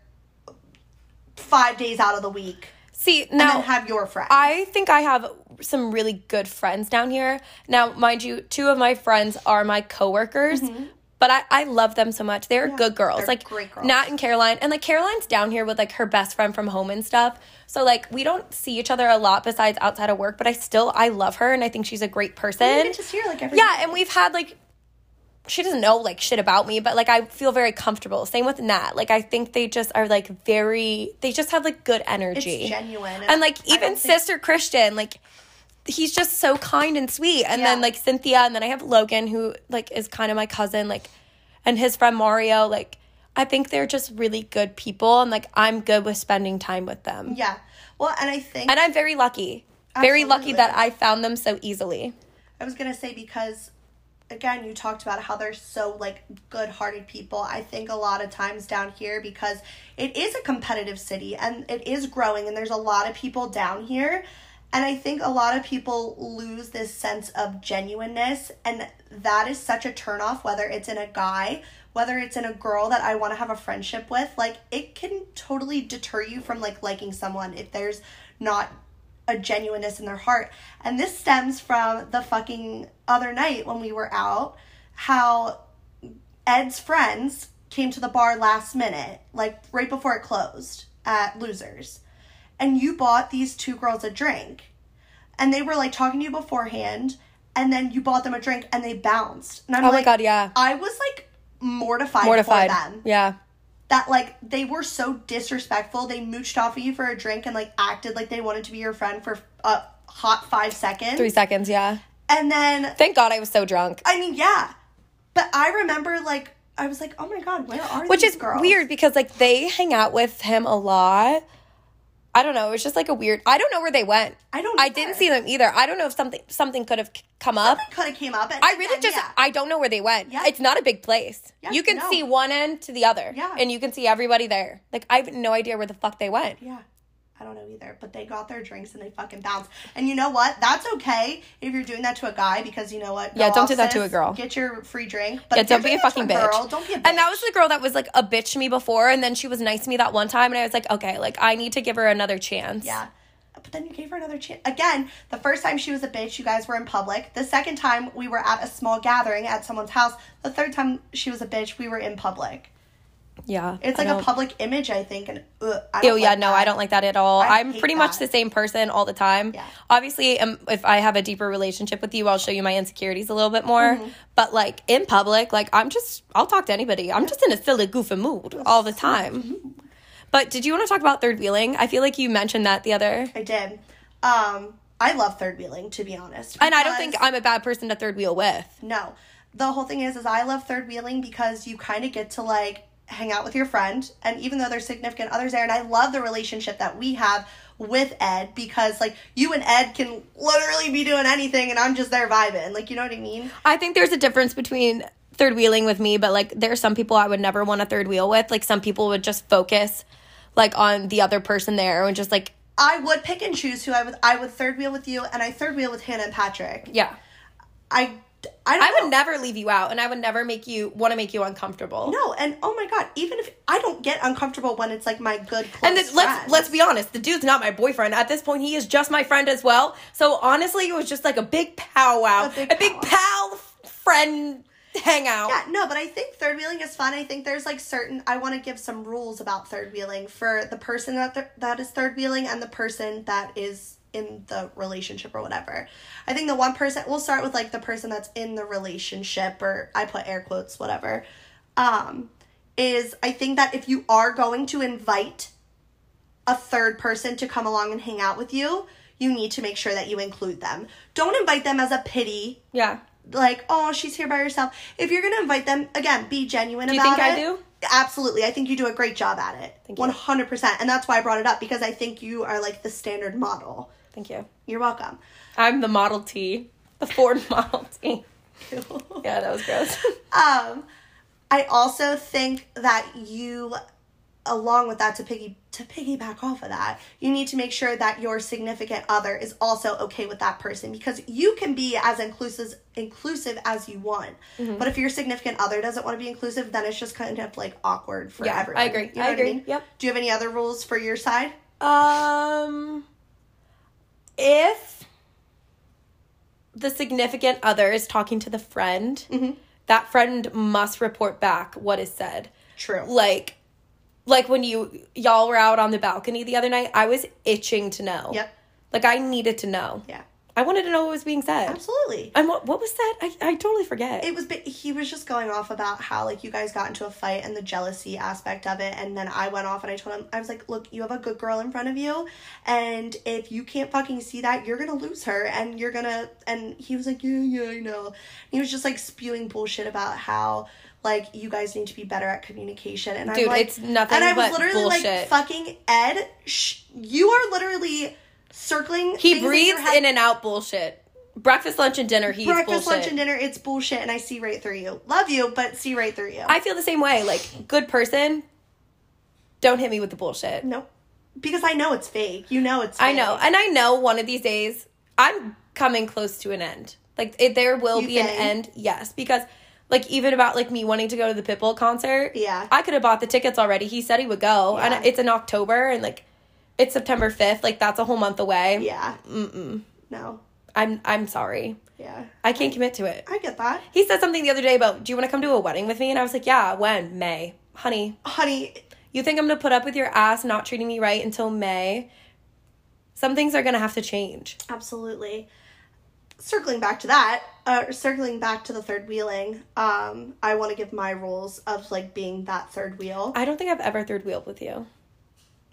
C: five days out of the week
B: See,
C: and
B: now
C: then have your friends.
B: I think I have some really good friends down here. Now, mind you, two of my friends are my coworkers. But I, I love them so much. They're good girls.
C: Mm-hmm. they're
B: like
C: great girls.
B: Nat and Caroline. And like Caroline's down here with like her best friend from home and stuff. So like we don't see each other a lot besides outside of work, but I still I love her and I think she's a great person.
C: you get to see her like every
B: Yeah, and we've had like she doesn't know like shit about me, but like I feel very comfortable. Same with Nat. Like I think they just are like very they just have like good energy.
C: It's genuine.
B: And like
C: I
B: even
C: don't think-
B: Sister Christian, like he's just so kind and sweet. And then
C: Yeah.
B: like Cynthia and then I have Logan who like is kind of my cousin, like and his friend Mario, like I think they're just really good people and like I'm good with spending time with them.
C: Yeah. Well, and I think
B: And I'm very lucky. Very lucky
C: Absolutely.
B: that I found them so easily.
C: I was gonna say because again you talked about how they're so like good hearted people. I think a lot of times down here because it is a competitive city and it is growing and there's a lot of people down here and I think a lot of people lose this sense of genuineness and that is such a turnoff whether it's in a guy whether it's in a girl that I want to have a friendship with, like it can totally deter you from like liking someone if there's not a genuineness in their heart. And this stems from the fucking other night when we were out, how Ed's friends came to the bar last minute, like right before it closed at Losers. And you bought these two girls a drink. And they were like talking to you beforehand. And then you bought them a drink and they bounced. And I'm
B: Oh my
C: like,
B: God, yeah.
C: I was like mortified,
B: Mortified.
C: for them.
B: Yeah.
C: That like they were so disrespectful. They mooched off of you for a drink and like acted like they wanted to be your friend for a hot five seconds.
B: Three seconds, yeah.
C: And then
B: Thank God I was so drunk.
C: I mean, yeah. But I remember like I was like, oh my god, where are
B: Which
C: these
B: is
C: girls?
B: weird because like they hang out with him a lot. I don't know. It was just like a weird. I don't know where they went.
C: I don't
B: I
C: either.
B: didn't see them either. I don't know if something something could have c- come up.
C: Kind of came up. And,
B: I really
C: and
B: just
C: yeah.
B: I don't know where they went.
C: Yeah.
B: It's not a big place.
C: Yeah,
B: you can
C: no.
B: see one end to the other.
C: Yeah.
B: And you can see everybody there. Like I have no idea where the fuck they went.
C: Yeah. I don't know either, but they got their drinks and they fucking bounced. And you know what? That's okay if you're doing that to a guy because you know what? Go
B: Yeah, don't do
C: off,
B: that to
C: sis.
B: a girl.
C: Get your free drink. But
B: Yeah,
C: if you're
B: don't be a
C: doing that
B: fucking
C: to
B: bitch.
C: Girl, don't be a bitch.
B: And that was the girl that was like a bitch to me before, and then she was nice to me that one time, and I was like, okay, like I need to give her another chance.
C: Yeah. But then you gave her another chance. Again, the first time she was a bitch, you guys were in public. The second time, we were at a small gathering at someone's house. The third time she was a bitch, we were in public.
B: yeah.
C: It's
B: I
C: like a
B: don't-
C: public image, I think. And ugh, I
B: Oh
C: don't
B: yeah,
C: like
B: no,
C: that.
B: I don't like that at all.
C: I
B: I'm
C: hate
B: pretty much
C: that.
B: the same person all the time.
C: Yeah.
B: Obviously, um, if I have a deeper relationship with you, I'll show you my insecurities a little bit more.
C: Mm-hmm.
B: But like in public, like I'm just, I'll talk to anybody. I'm just in a silly, goofy mood all the
C: Mm-hmm.
B: time. But did you want to talk about third wheeling? I feel like you mentioned that the other.
C: I did. Um, I love third wheeling, to be honest.
B: And I don't
C: because-
B: think I'm a bad person to third wheel with.
C: No. The whole thing is is I love third wheeling because you kind of get to like hang out with your friend and even though there's significant others there and I love the relationship that we have with Ed because like you and Ed can literally be doing anything and I'm just there vibing. Like you know what I mean?
B: I think there's a difference between third wheeling with me, but like there are some people I would never want to third wheel with. Like some people would just focus like on the other person there and just like,
C: I would pick and choose who I would I would third wheel with you and I third wheel with Hannah and Patrick.
B: yeah.
C: I I don't
B: I
C: know.
B: would never leave you out, and I would never make you want to make you uncomfortable.
C: No, and oh my god, even if I don't get uncomfortable when it's like my good close
B: And then, let's
C: friends.
B: let's be honest, the dude's not my boyfriend at this point. He is just my friend as well. So honestly, it was just like a big powwow,
C: A
B: a
C: big
B: big, pal friend hangout.
C: Yeah, no, but I think third wheeling is fun. I think there's like certain I want to give some rules about third wheeling for the person that th- that is third wheeling and the person that is in the relationship or whatever. I think the one person we'll start with like the person that's in the relationship or I put air quotes whatever. Um is I think that if you are going to invite a third person to come along and hang out with you, you need to make sure that you include them. Don't invite them as a pity,
B: Yeah.
C: like, oh, she's here by herself. If you're going to invite them, again, be genuine
B: Do you
C: about
B: think I
C: it.
B: do?
C: Absolutely. I think you do a great job at it.
B: Thank you.
C: 100%. And that's why I brought it up because I think you are like the standard model.
B: Thank you.
C: You're welcome.
B: I'm the Model T, the Ford Model T. Yeah, that was gross.
C: Um, I also think that you, along with that, to piggy to piggyback off of that, you need to make sure that your significant other is also okay with that person because you can be as inclusive inclusive as you want,
B: Mm-hmm.
C: but if your significant other doesn't want to be inclusive, then it's just kind of like awkward for
B: Yeah, I
C: everyone.
B: agree.
C: You know
B: I
C: what
B: agree.
C: mean?
B: Yep.
C: Do you have any other rules for your side?
B: Um, if the significant other is talking to the friend,
C: Mm-hmm.
B: that friend must report back what is said.
C: True.
B: Like, like when you y'all were out on the balcony the other night, I was itching to know.
C: Yep.
B: Like I needed to know.
C: yeah.
B: I wanted to know what was being said.
C: Absolutely.
B: And what what was that? I, I totally forget.
C: it was but he was just going off about how like you guys got into a fight and the jealousy aspect of it and then i went off and i told him i was like look you have a good girl in front of you and if you can't fucking see that you're gonna lose her and you're gonna and he was like yeah yeah i know he was just like spewing bullshit about how like you guys need to be better at communication and
B: Dude,
C: i'm like
B: it's nothing
C: and i was
B: but
C: literally like
B: bullshit.
C: fucking ed sh- you are literally circling
B: he
C: things in your
B: breathes
C: head
B: in and out bullshit. Breakfast, lunch, and dinner. He eats
C: breakfast,
B: bullshit.
C: lunch, and dinner, it's bullshit, and I see right through you. Love you, but see right through you.
B: I feel the same way. Like, good person, don't hit me with the bullshit.
C: nope. Because I know it's fake. You know it's fake.
B: I know. And I know one of these days I'm coming close to an end. Like, it, there will
C: You
B: be
C: think?
B: an end, yes. Because, like, even about, like, me wanting to go to the Pitbull concert.
C: Yeah.
B: I could have bought the tickets already. He said he would go.
C: Yeah.
B: And it's in October and, like, it's September 5th. Like, that's a whole month away.
C: yeah. Mm-mm. No.
B: I'm, I'm sorry.
C: Yeah.
B: I can't commit to it.
C: I get that.
B: He said something the other day about, do you want to come to a wedding with me? And I was like, yeah, when? May. Honey,
C: Honey,
B: You think I'm gonna put up with your ass not treating me right until May? Some things are gonna have to change.
C: absolutely. Circling back to that, uh, circling back to the third wheeling, um, I want to give my rules of like being that third wheel.
B: I don't think I've ever third wheeled with you.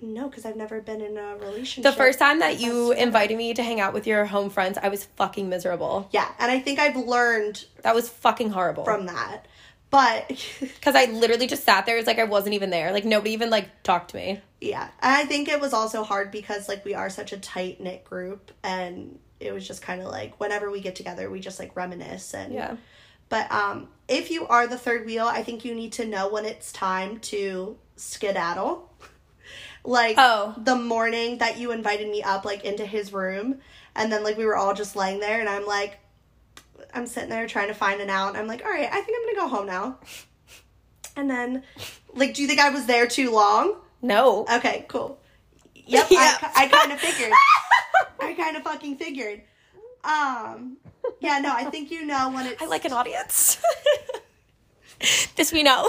C: no, because I've never been in a relationship.
B: The first time that
C: with
B: you
C: us.
B: invited me to hang out with your home friends, I was fucking miserable.
C: Yeah, and I think I've learned
B: That was fucking horrible.
C: from that. But
B: Because I literally just sat there. It's like I wasn't even there. Like nobody even like talked to me.
C: Yeah. And I think it was also hard because like we are such a tight knit group and it was just kind of like whenever we get together we just like reminisce and
B: Yeah.
C: But um if you are the third wheel, I think you need to know when it's time to skedaddle. like
B: Oh.
C: the morning that you invited me up like into his room and then like we were all just laying there and I'm like I'm sitting there trying to find an out. I'm like, "All right, I think I'm going to go home now." And then like do you think I was there too long?
B: No.
C: Okay, cool. Yep,
B: Yeah.
C: I, I kind of figured. I kind of fucking figured. Um, yeah, no, I think you know when it's.
B: I like an audience. this we know.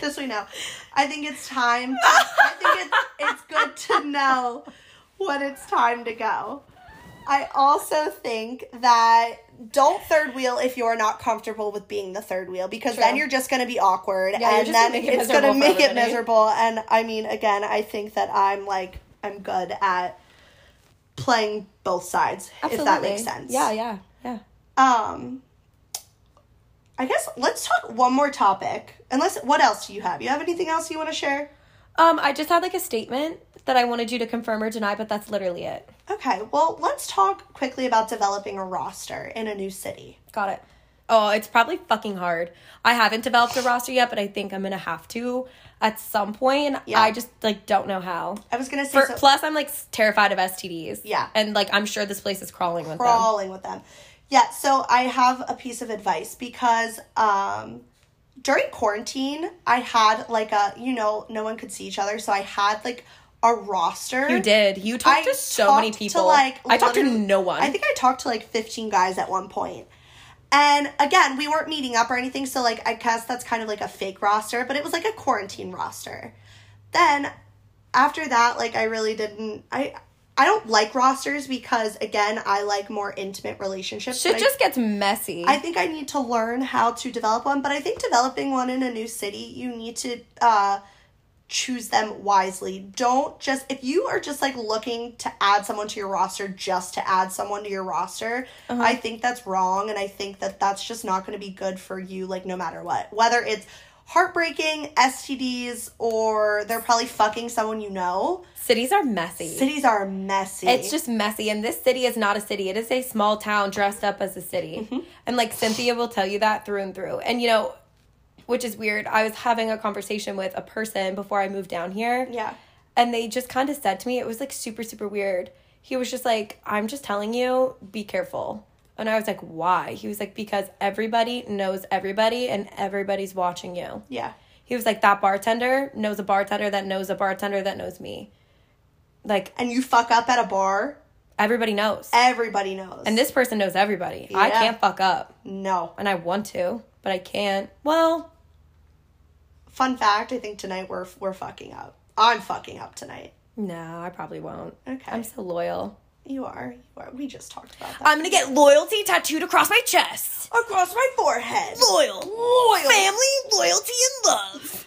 C: This we know. I think it's time. To, I think it's, it's good to know when it's time to go. I also think that don't third wheel if you're not comfortable with being the third wheel because
B: True.
C: then you're just going to be awkward
B: Yeah, you're
C: and
B: just
C: then
B: gonna make it
C: it's going to
B: miserable for
C: make it
B: everybody.
C: miserable. And I mean, again, I think that I'm like, I'm good at playing both sides, if that makes sense.
B: Yeah, yeah, yeah.
C: Um, I guess let's talk one more topic. Unless, what else do you have? You have anything else you want to share?
B: Um, I just had like a statement that I wanted you to confirm or deny, but that's literally it.
C: Okay, well, let's talk quickly about developing a roster in a new city.
B: Got it. Oh, it's probably fucking hard. I haven't developed a roster yet, but I think I'm gonna have to at some point. And
C: Yeah.
B: I just like don't know how.
C: I was gonna say
B: For,
C: so-
B: plus, I'm like s- terrified of STDs.
C: Yeah.
B: and like I'm sure this place is crawling with them.
C: crawling with them. Yeah, so I have a piece of advice because um, during quarantine, I had like a, you know, no one could see each other, so I had like a roster.
B: You did. You talked to so many
C: talked to,
B: people.
C: like,
B: I talked to
C: literally-
B: no one.
C: I think I talked to like 15 guys at one point. And again, we weren't meeting up or anything, so like I guess that's kind of like a fake roster, but it was like a quarantine roster. Then after that, like I really didn't I I don't like rosters because again, I like more intimate relationships.
B: Shit
C: but I-
B: just gets messy.
C: I think I need to learn how to develop one, but I think developing one in a new city, you need to uh, choose them wisely. Don't just, if you are just like looking to add someone to your roster just to add someone to your roster,
B: Uh-huh.
C: I think that's wrong. And I think that that's just not going to be good for you, like no matter what. Whether it's heartbreaking, STDs, or they're probably fucking someone you know,
B: Cities are messy.
C: cities are messy.
B: It's just messy. And this city is not a city. It is a small town dressed up as a city. And like Cynthia will tell you that through and through. And you know, which is weird. I was having a conversation with a person before I moved down here.
C: Yeah.
B: And they just kind of said to me, it was like super, super weird. He was just like, I'm just telling you, be careful. And I was like, why? He was like, because everybody knows everybody and everybody's watching you.
C: Yeah.
B: He was like, that bartender knows a bartender that knows a bartender that knows me. Like,
C: And you fuck up at a bar,
B: everybody knows.
C: everybody knows.
B: And this person knows everybody. I
C: Yeah.
B: can't fuck up.
C: no.
B: And I want to, but I can't. Well,
C: Fun fact, I think tonight we're we're fucking up. I'm fucking up tonight.
B: no, I probably won't.
C: Okay.
B: I'm so loyal.
C: You are. You are. We just talked about that.
B: I'm gonna get loyalty tattooed across my chest.
C: Across my forehead.
B: Loyal. Loyal. Family, loyalty, and love.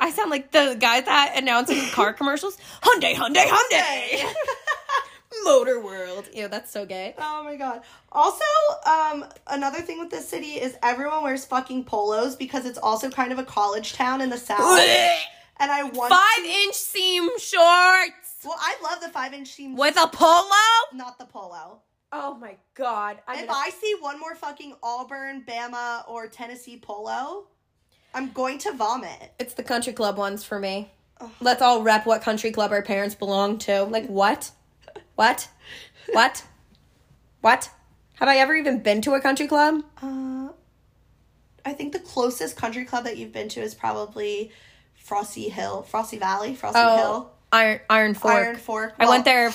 B: I sound like the guy that announces car commercials. Hyundai, Hyundai, Hyundai. Motor World. Ew, that's so gay.
C: Oh my god. Also, um, another thing with this city is everyone wears fucking polos because it's also kind of a college town in the south. and I want.
B: Five inch seam shorts
C: Well, I love the five inch seam,
B: with a polo.
C: not the polo.
B: Oh my god. I'm
C: If I see one more fucking Auburn, Bama, or Tennessee polo, I'm going to vomit.
B: It's the country club ones for me. Let's all rep what country club our parents belong to. Like what? What? What? What? Have I ever even been to a country club?
C: I think the closest country club that you've been to is probably Frosty Hill, Frosty Valley, Frosty
B: Oh,
C: Hill.
B: Iron Iron Fork.
C: Iron Fork.
B: I went
C: Well-
B: there.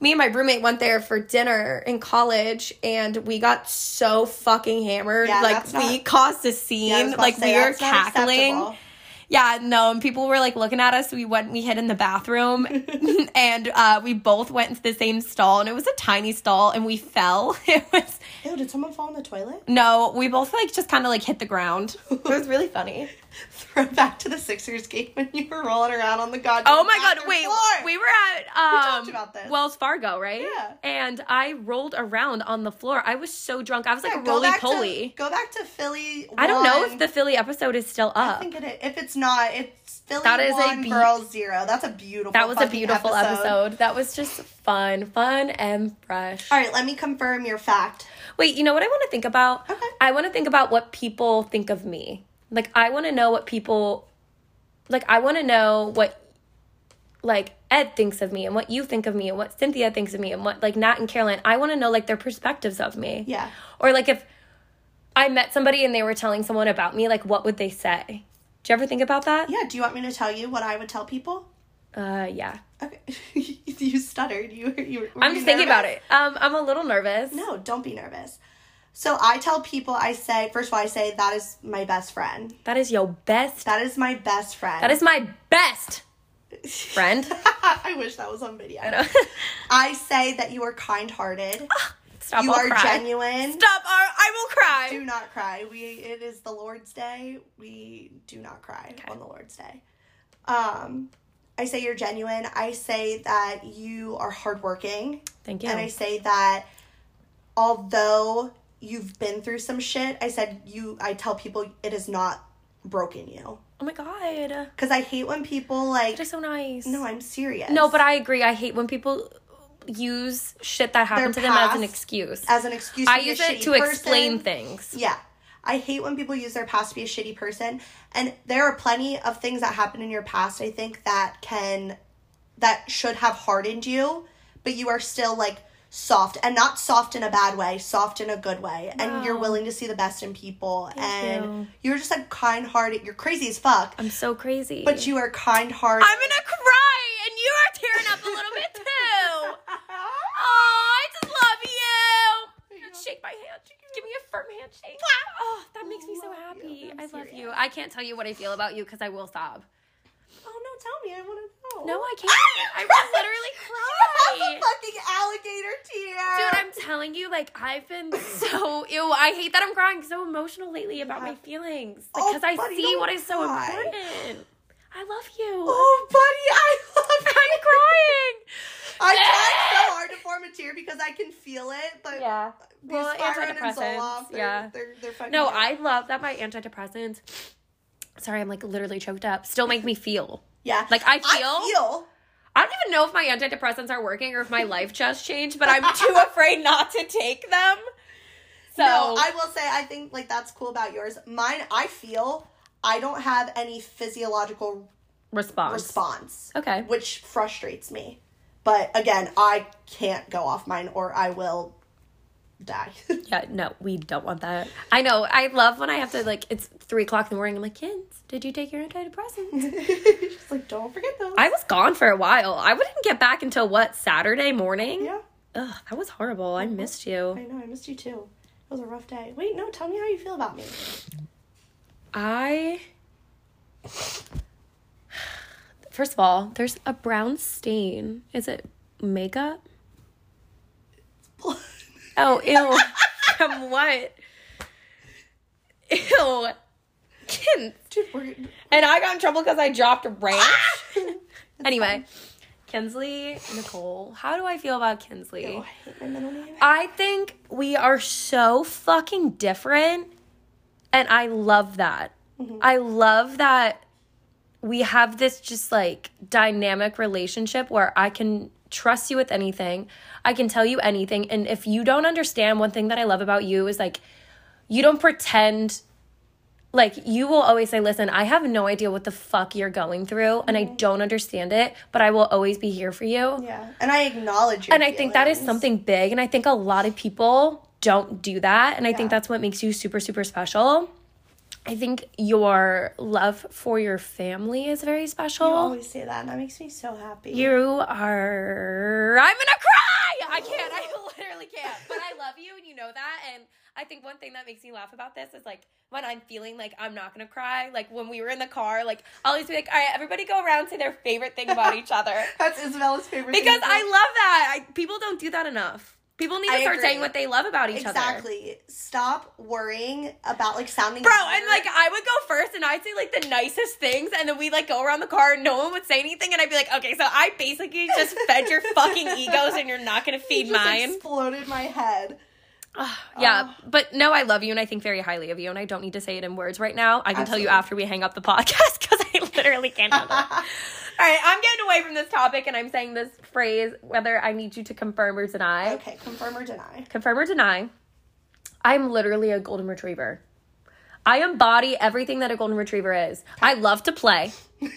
B: Me and my roommate went there for dinner in college, and we got so fucking hammered.
C: Yeah,
B: like
C: that's
B: we
C: not-
B: caused a
C: Yeah, I was
B: scene.
C: about to
B: like
C: say,
B: we were
C: that's not
B: cackling.
C: acceptable.
B: Yeah, no, and people were like looking at us. We went, we hid in the bathroom, and uh, we both went into the same stall, and it was a tiny stall, and we fell. It was
C: Ew, did someone fall in the toilet?
B: no, we both like just kind of like hit the ground. It was really funny.
C: Throw back to the Sixers game when you were rolling around on the goddamn.
B: Oh my god,
C: bathroom
B: wait.
C: floor.
B: We were at um
C: talked about this.
B: Wells Fargo, right?
C: Yeah.
B: And I rolled around on the floor. I was so drunk. I was like
C: Yeah,
B: a
C: go
B: roly
C: back to-
B: poly.
C: Go back to Philly.
B: I don't know if
C: one.
B: the Philly episode is still
C: I
B: up.
C: think it is. If it's not, it's Philly
B: That
C: that
B: is
C: is
B: a
C: one,
B: be-
C: girls zero. That's a beautiful.
B: That was a
C: fucking
B: beautiful episode. That was just fun, fun and fresh.
C: All right, let me confirm your fact.
B: Wait, you know what I want to think about?
C: Okay.
B: I want to think about what people think of me. Like I want to know what people like I want to know what like Ed thinks of me and what you think of me and what Cynthia thinks of me and what like Nat and Caroline. I want to know like their perspectives of me.
C: Yeah.
B: Or like if I met somebody and they were telling someone about me, like what would they say? Do you ever think about that?
C: Yeah. Do you want me to tell you what I would tell people?
B: Uh yeah.
C: Okay. you stuttered. You were. You were, were
B: I'm
C: you
B: just thinking about
C: nervous?
B: it. Um I'm a little nervous.
C: No, don't be nervous. So I tell people, I say, first of all, I say, that is my best friend.
B: That is your best.
C: That is my best friend.
B: That is my best friend.
C: I wish that was on video. I, say that you are kind hearted.
B: Stop.
C: you
B: I'll
C: are
B: cry.
C: genuine.
B: Stop. Or I will cry.
C: Do not cry. We it is the Lord's Day. We do not cry on the Lord's Day. Um I say you're genuine. I say that you are hardworking.
B: Thank you.
C: And I say that although you've been through some shit, I said you I tell people it has not broken you.
B: oh my god.
C: Cuz I hate when people like
B: That is so nice.
C: no, I'm serious.
B: No, but I agree. I hate when people use shit that happened to them as an
C: past
B: excuse.
C: as an excuse
B: I
C: be a
B: use it
C: shitty
B: to explain
C: person.
B: things.
C: Yeah. I hate when people use their past to be a shitty person. And there are plenty of things that happen in your past, I think, that can, that should have hardened you, but you are still like soft and not soft in a bad way, soft in a good way. And you're willing to see the best in people. and you. are just like kind hearted. You're crazy as fuck,
B: I'm so crazy.
C: but you are kind hearted.
B: I'm gonna cry, and you are tearing up a little bit too. Oh, I just love you. Shake my hand. Give me a firm handshake. Oh, that makes me so happy. I love you. I can't tell you what I feel about you because I will sob.
C: Oh no, tell me. I want to know. No.
B: No, I can't. I was literally
C: She has
B: crying.
C: a fucking alligator tear.
B: Dude, I'm telling you, like I've been so ew. I hate that I'm crying so emotional lately about my feelings
C: Oh,
B: because I
C: buddy,
B: see
C: don't
B: what is so
C: cry.
B: important. I love you.
C: Oh, buddy, I love
B: I'm crying.
C: I tried so hard to form a tear because I can feel it, but
B: Yeah.
C: these
B: Well,
C: Spiron and
B: antidepressants.
C: Zoloft, they're,
B: Yeah.
C: they're, they're fucking
B: No,
C: good.
B: I love that my antidepressants. Sorry, I'm like literally choked up. Still make me feel.
C: yeah,
B: Like, I
C: I
B: feel-
C: feel
B: I don't even know if my antidepressants are working or if my life just changed, but I'm too afraid not to take them. So
C: no, I will say I think like that's cool about yours. Mine, I feel I don't have any physiological
B: response.
C: response,
B: Okay.
C: which frustrates me. But again, I can't go off mine or I will die.
B: Yeah, no, we don't want that. I know. I love when I have to like it's three o'clock in the morning. I'm like, kids, did you take your antidepressants?
C: She's like, don't forget those.
B: I was gone for a while. I wouldn't get back until what Saturday morning.
C: yeah,
B: Ugh, that was horrible. I missed you.
C: I know. I missed you too. It was a rough day. Wait, no, tell me how you feel about me.
B: I. First of all, there's a brown stain. Is it makeup? Oh, ew. From what? Ew. Kin.
C: Dude, we're
B: And I got in trouble because I dropped a ranch. anyway, Kinsley, Nicole, how do I feel about Kinsley?
C: Oh, I hate my middle name.
B: I think we are so fucking different. And I love that. I love that we have this just like dynamic relationship where I can trust you with anything. I can tell you anything. And if you don't understand, one thing that I love about you is like, you don't pretend. Like, you will always say, Listen, I have no idea what the fuck you're going through, and I don't understand it, but I will always be here for you
C: Yeah, and I acknowledge your
B: and I think that is
C: feelings.
B: something big. And I think a lot of people don't do that. And I think
C: Yeah.
B: that's what makes you super, super special. I think your love for your family is very special.
C: You always say that, and that makes me so happy.
B: You are. I'm gonna cry. I can't. I literally can't. But I love you, and you know that. And I think one thing that makes me laugh about this is like when I'm feeling like I'm not gonna cry. Like when we were in the car, like I'll always be like, "All right, everybody, go around say their favorite thing about each other."
C: That's Isabella's favorite.
B: Because
C: thing to
B: I
C: do.
B: love that. I, people don't do that enough. People need to
C: I
B: start
C: agree.
B: saying what they love about each other.
C: exactly. Stop worrying about like sounding.
B: Bro, and like I would go first and I'd say like the nicest things and then we like go around the car and no one would say anything and I'd be like, okay, so I basically just fed your fucking egos and you're not gonna
C: It
B: feed
C: just
B: mine.
C: exploded my head.
B: yeah. But no, I love you and I think very highly of you and I don't need to say it in words right now. I can tell you
C: Absolutely.
B: after we hang up the podcast because I literally can't handle it. All right, I'm getting away from this topic and I'm saying this phrase whether I need you to confirm or deny.
C: Okay, confirm or deny.
B: confirm or deny, I'm literally a golden retriever. I embody everything that a golden retriever is. I love to play.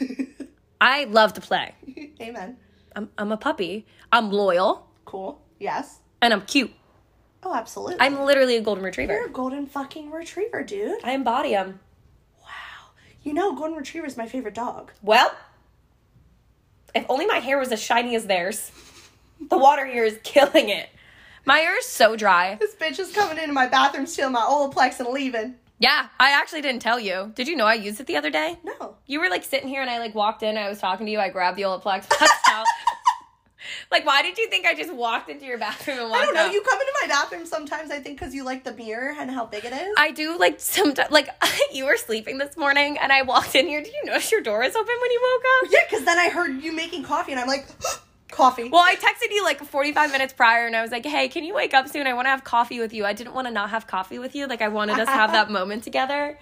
B: I love to play.
C: Amen.
B: I'm, I'm a puppy. I'm loyal
C: Cool. Yes.
B: and I'm cute.
C: Oh, absolutely.
B: I'm literally a golden
C: You're a
B: retriever.
C: golden fucking retriever, dude.
B: I embody them.
C: You know, golden retriever is my favorite dog.
B: Well, if only my hair was as shiny as theirs. The water here is killing it. My hair is so dry.
C: This bitch is coming into my bathroom, stealing my Olaplex, and leaving.
B: Yeah, I actually didn't tell you. Did you know I used it the other day?
C: No.
B: You were like sitting here, and I like walked in. I was talking to you. I grabbed the Olaplex, passed out. like, why did you think I just walked into your bathroom and walked
C: I don't know.
B: out?
C: You come into my bathroom sometimes, I think, because you like the mirror and how big it is.
B: I do like sometimes. Like, you were sleeping this morning, and I walked in here. Did you notice your door is open when you woke up?
C: yeah, because then I heard you making coffee, and I'm like, coffee.
B: Well, I texted you like 45 minutes prior, and I was like, "Hey, can you wake up soon? I want to have coffee with you. I didn't want to not have coffee with you. Like, I wanted us to have that moment together."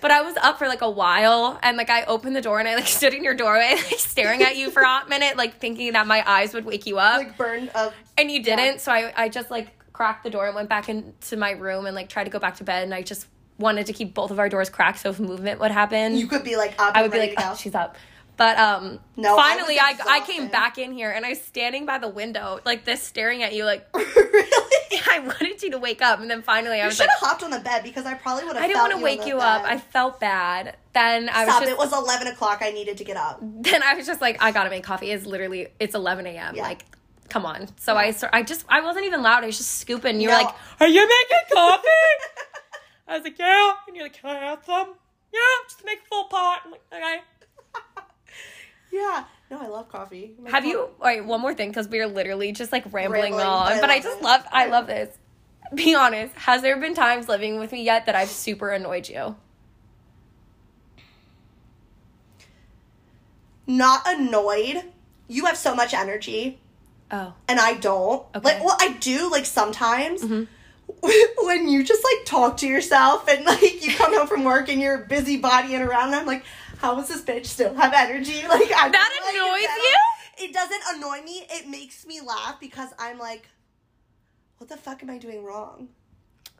B: But I was up for like a while, and like I opened the door and I like stood in your doorway, like staring at you for a hot minute, like thinking that my eyes would wake you up.
C: like burned up.
B: and you didn't so I, I just like cracked the door and went back into my room and like tried to go back to bed and i just wanted to keep both of our doors cracked so if movement would happen
C: You could be like up.
B: i
C: and
B: would be
C: ready
B: like
C: to
B: oh,
C: go.
B: she's up but um
C: No, I was
B: finally I, I came
C: exhausted.
B: back in here and i was standing by the window like this staring at you like
C: really?
B: i wanted you to wake up and then finally i
C: I
B: was
C: should
B: like
C: have hopped on the bed because I probably would have.
B: i didn't
C: felt
B: want to
C: on
B: wake
C: the
B: you up
C: bed.
B: i felt bad then i was
C: Stop!
B: just
C: it was eleven o'clock. I needed to get up.
B: then I was just like, I gotta make coffee. It's literally it's eleven a.m.
C: Yeah.
B: Like, come on. So I sor- I just I wasn't even loud. I was just scooping. You were
C: No.
B: like, Are you making coffee? I was like, Yeah. And you're like, Can I have some? Yeah, just make a full pot. I'm like, Okay.
C: Yeah, No, I love coffee. My
B: Have
C: co-
B: you? All right, one more thing because we are literally just like rambling,
C: Rambling,
B: on.
C: but I
B: But I
C: love
B: just
C: it.
B: love, I love this. Be honest. Has there been times living with me yet that I've super annoyed you?
C: Not annoyed. You have so much energy,
B: Oh,
C: and I don't.
B: Okay. Mm-hmm.
C: Like, well, I do like sometimes. When you just like talk to yourself and like you come home from work and you're busy bodying around, and I'm like, how does this bitch still have energy? Like I
B: That
C: feel like
B: annoys
C: that-
B: you?
C: It doesn't annoy me. It makes me laugh because I'm like, what the fuck am I doing wrong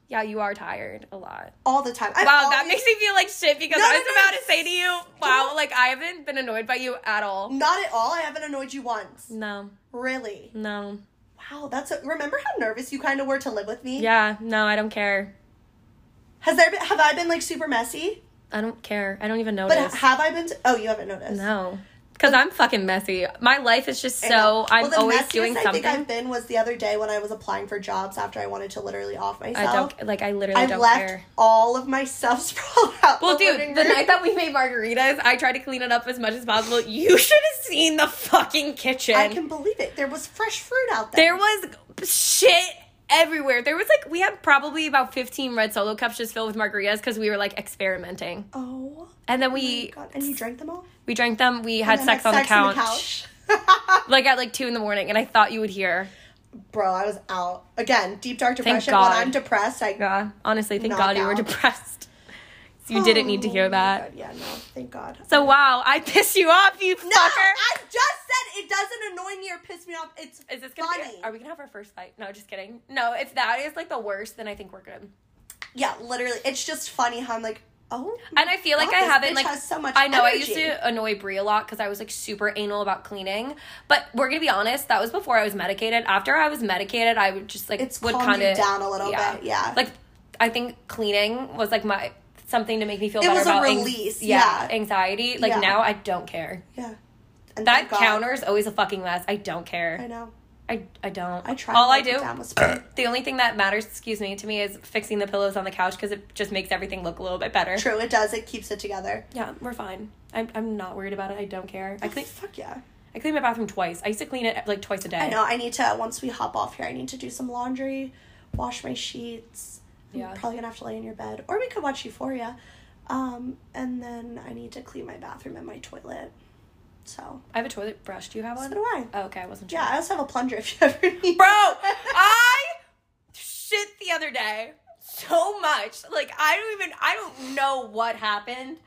B: yeah, you are tired a lot.
C: all the time? I'm
B: Wow, Oh, that
C: always-
B: makes me feel like shit because
C: No,
B: I
C: no,
B: was
C: no.
B: about to say to you, wow, like I haven't been annoyed by you at all.
C: Not at all. I haven't annoyed you once.
B: No,
C: Really?
B: no.
C: Wow, that's a, remember how nervous you kind of were to live with me?
B: Yeah, no, I don't care.
C: Has there been, have I been like super messy?
B: I don't care. I don't even
C: But
B: notice.
C: have I been? oh, you haven't noticed.
B: no. Because I'm fucking messy. My life is just
C: I
B: so,
C: know.
B: I'm
C: Well, the
B: always
C: messiest
B: doing
C: I think I've
B: something.
C: been was the other day when I was applying for jobs after I wanted to literally off
B: I
C: myself.
B: don't, like, I literally
C: I
B: don't
C: left
B: care.
C: all of my stuff sprawled out.
B: Well,
C: the
B: dude,
C: living
B: the
C: room.
B: night that we made margaritas, I tried to clean it up as much as possible. You should have seen the fucking kitchen.
C: I can believe it. There was fresh fruit out
B: there
C: there.
B: was shit everywhere. There was like we had probably about 15 red solo cups just filled with margaritas cuz we were like experimenting.
C: oh,
B: And then
C: my
B: we
C: God. and you drank them all.
B: we drank them. We had
C: And then
B: sex, on,
C: had
B: the
C: sex on the
B: couch.
C: couch.
B: Like at like 2 in the morning and I thought you would hear.
C: Bro, I was out again. Deep dark depression.
B: God.
C: When I'm depressed, I
B: God, honestly, thank God
C: Knockout.
B: you were depressed. You didn't need to
C: Oh
B: hear
C: my
B: that.
C: God, Yeah, no, thank God.
B: So wow, I pissed you off, you
C: no,
B: fucker.
C: I just said it doesn't annoy me or piss me off. It's
B: Is this gonna
C: funny.
B: be? Are we gonna have our first fight? No, just kidding. No, if that is like the worst, then I think we're good.
C: yeah, literally, it's just funny how I'm like, oh,
B: And I feel like
C: God,
B: I
C: this
B: haven't
C: bitch
B: like
C: has so much
B: I know I
C: energy.
B: used to annoy Brie a lot because I was like super anal about cleaning. But we're gonna be honest, that was before I was medicated. After I was medicated, I would just like
C: It's
B: would
C: calmed
B: kind
C: you
B: of
C: down a little bit, yeah.
B: Like I think cleaning was like my something to make me feel
C: It
B: better
C: was a
B: about ang-
C: release, yeah.
B: anxiety. Like
C: Yeah.
B: now I don't care.
C: yeah. And
B: That
C: thank God.
B: counter is always a fucking mess. I don't care.
C: I know.
B: I, I don't.
C: I try.
B: All
C: to
B: I
C: wipe it
B: do
C: down with spray.
B: The only thing that matters, excuse me, to me is fixing the pillows on the couch because it just makes everything look a little bit better.
C: True, it does. It keeps it together.
B: Yeah, we're fine. I'm, I'm not worried about it. I don't care. I clean
C: Oh, Fuck yeah.
B: I clean my bathroom twice. I used to clean it like twice a day.
C: I know. I need to once we hop off here. I need to do some laundry, wash my sheets. I'm
B: Yeah.
C: probably gonna have to lay in your bed, or we could watch Euphoria. Um, and then I need to clean my bathroom and my toilet. So
B: I have a toilet brush. Do you have
C: so
B: one?
C: do I.
B: Oh, okay, I wasn't sure.
C: Yeah, I also have a plunger if you ever need.
B: Bro, I shit the other day so much. Like I don't even I don't know what happened.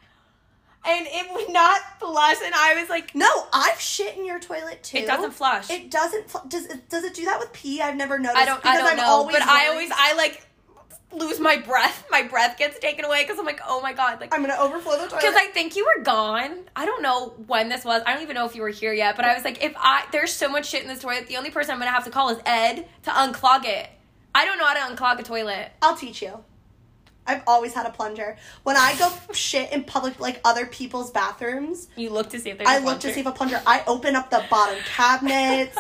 B: And it would not flush and I was like
C: No, I've shit in your toilet too.
B: It doesn't flush.
C: It doesn't. Fl- does it? Does it do that with pee? I've never noticed.
B: I don't. I don't
C: I'm
B: know. But I
C: worried.
B: always. I like lose my breath. My breath gets taken away because I'm like, oh my god, like.
C: I'm gonna overflow the toilet.
B: because I think you were gone. I don't know when this was. I don't even know if you were here yet. But I was like, if I there's so much shit in this toilet, the only person I'm gonna have to call is Ed to unclog it. I don't know how to unclog a toilet.
C: I'll teach you. I've always had a plunger. When I go shit in public, like other people's bathrooms,
B: You look to see if there's.
C: I
B: a
C: look to
B: plunger.
C: see if a plunger. I open up the bottom cabinets.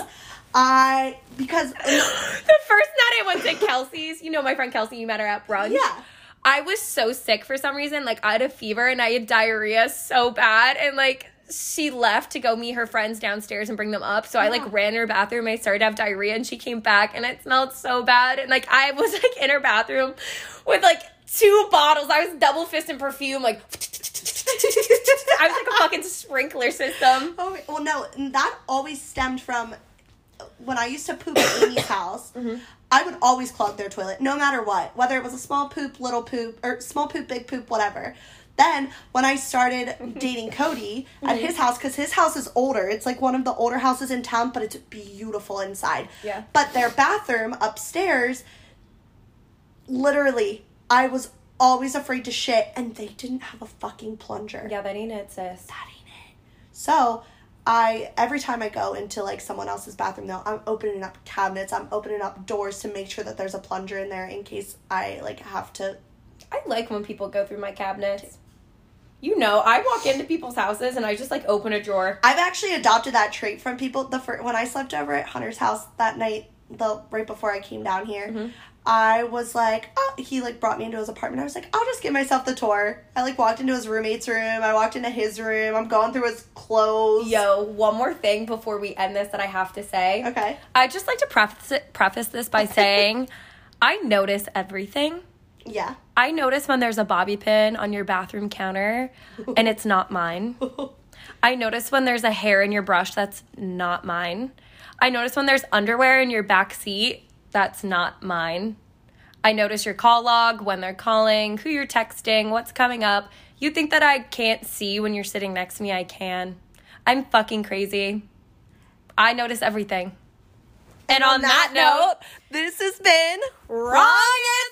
C: I because oh,
B: the first night I went to Kelsey's, you know my friend Kelsey, you met her at brunch.
C: Yeah.
B: I was so sick for some reason. Like I had a fever and I had diarrhea so bad, and like she left to go meet her friends downstairs and bring them up. So I like
C: Yeah.
B: ran in her bathroom. I started to have diarrhea, and she came back, and it smelled so bad. And like I was like in her bathroom with like two bottles. I was double fisting perfume, like. I was like a fucking sprinkler system.
C: oh well no and that always stemmed from when I used to poop at Amy's house.
B: Mm-hmm.
C: I would always clog their toilet, no matter what, whether it was a small poop, little poop, or small poop, big poop, whatever. Then when I started
B: Mm-hmm.
C: dating Cody at his house, because his house is older, it's like one of the older houses in town, but it's beautiful inside.
B: Yeah.
C: But their bathroom upstairs literally I was always afraid to shit and they didn't have a fucking plunger.
B: Yeah, that ain't it, sis.
C: That ain't it. So I every time I go into like someone else's bathroom though, I'm opening up cabinets, I'm opening up doors to make sure that there's a plunger in there in case I like have to
B: I like when people go through my cabinets. You know, I walk into people's houses and I just like open a drawer.
C: I've actually adopted that trait from people. The first, when I slept over at Hunter's house that night, the right before I came down here, I was like, oh, he like brought me into his apartment. I was like, I'll just give myself the tour. I like walked into his roommate's room. I walked into his room. I'm going through his clothes.
B: Yo, one more thing before we end this that I have to say.
C: Okay.
B: I just like to preface it, preface this by saying, I notice everything.
C: Yeah.
B: I notice when there's a bobby pin on your bathroom counter and it's not mine. I notice when there's a hair in your brush that's not mine. I notice when there's underwear in your back seat that's not mine. I notice your call log, when they're calling, who you're texting, what's coming up. You think that I can't see when you're sitting next to me? I can. I'm fucking crazy. I notice everything. And, on, that, note
C: this has been
B: wrong and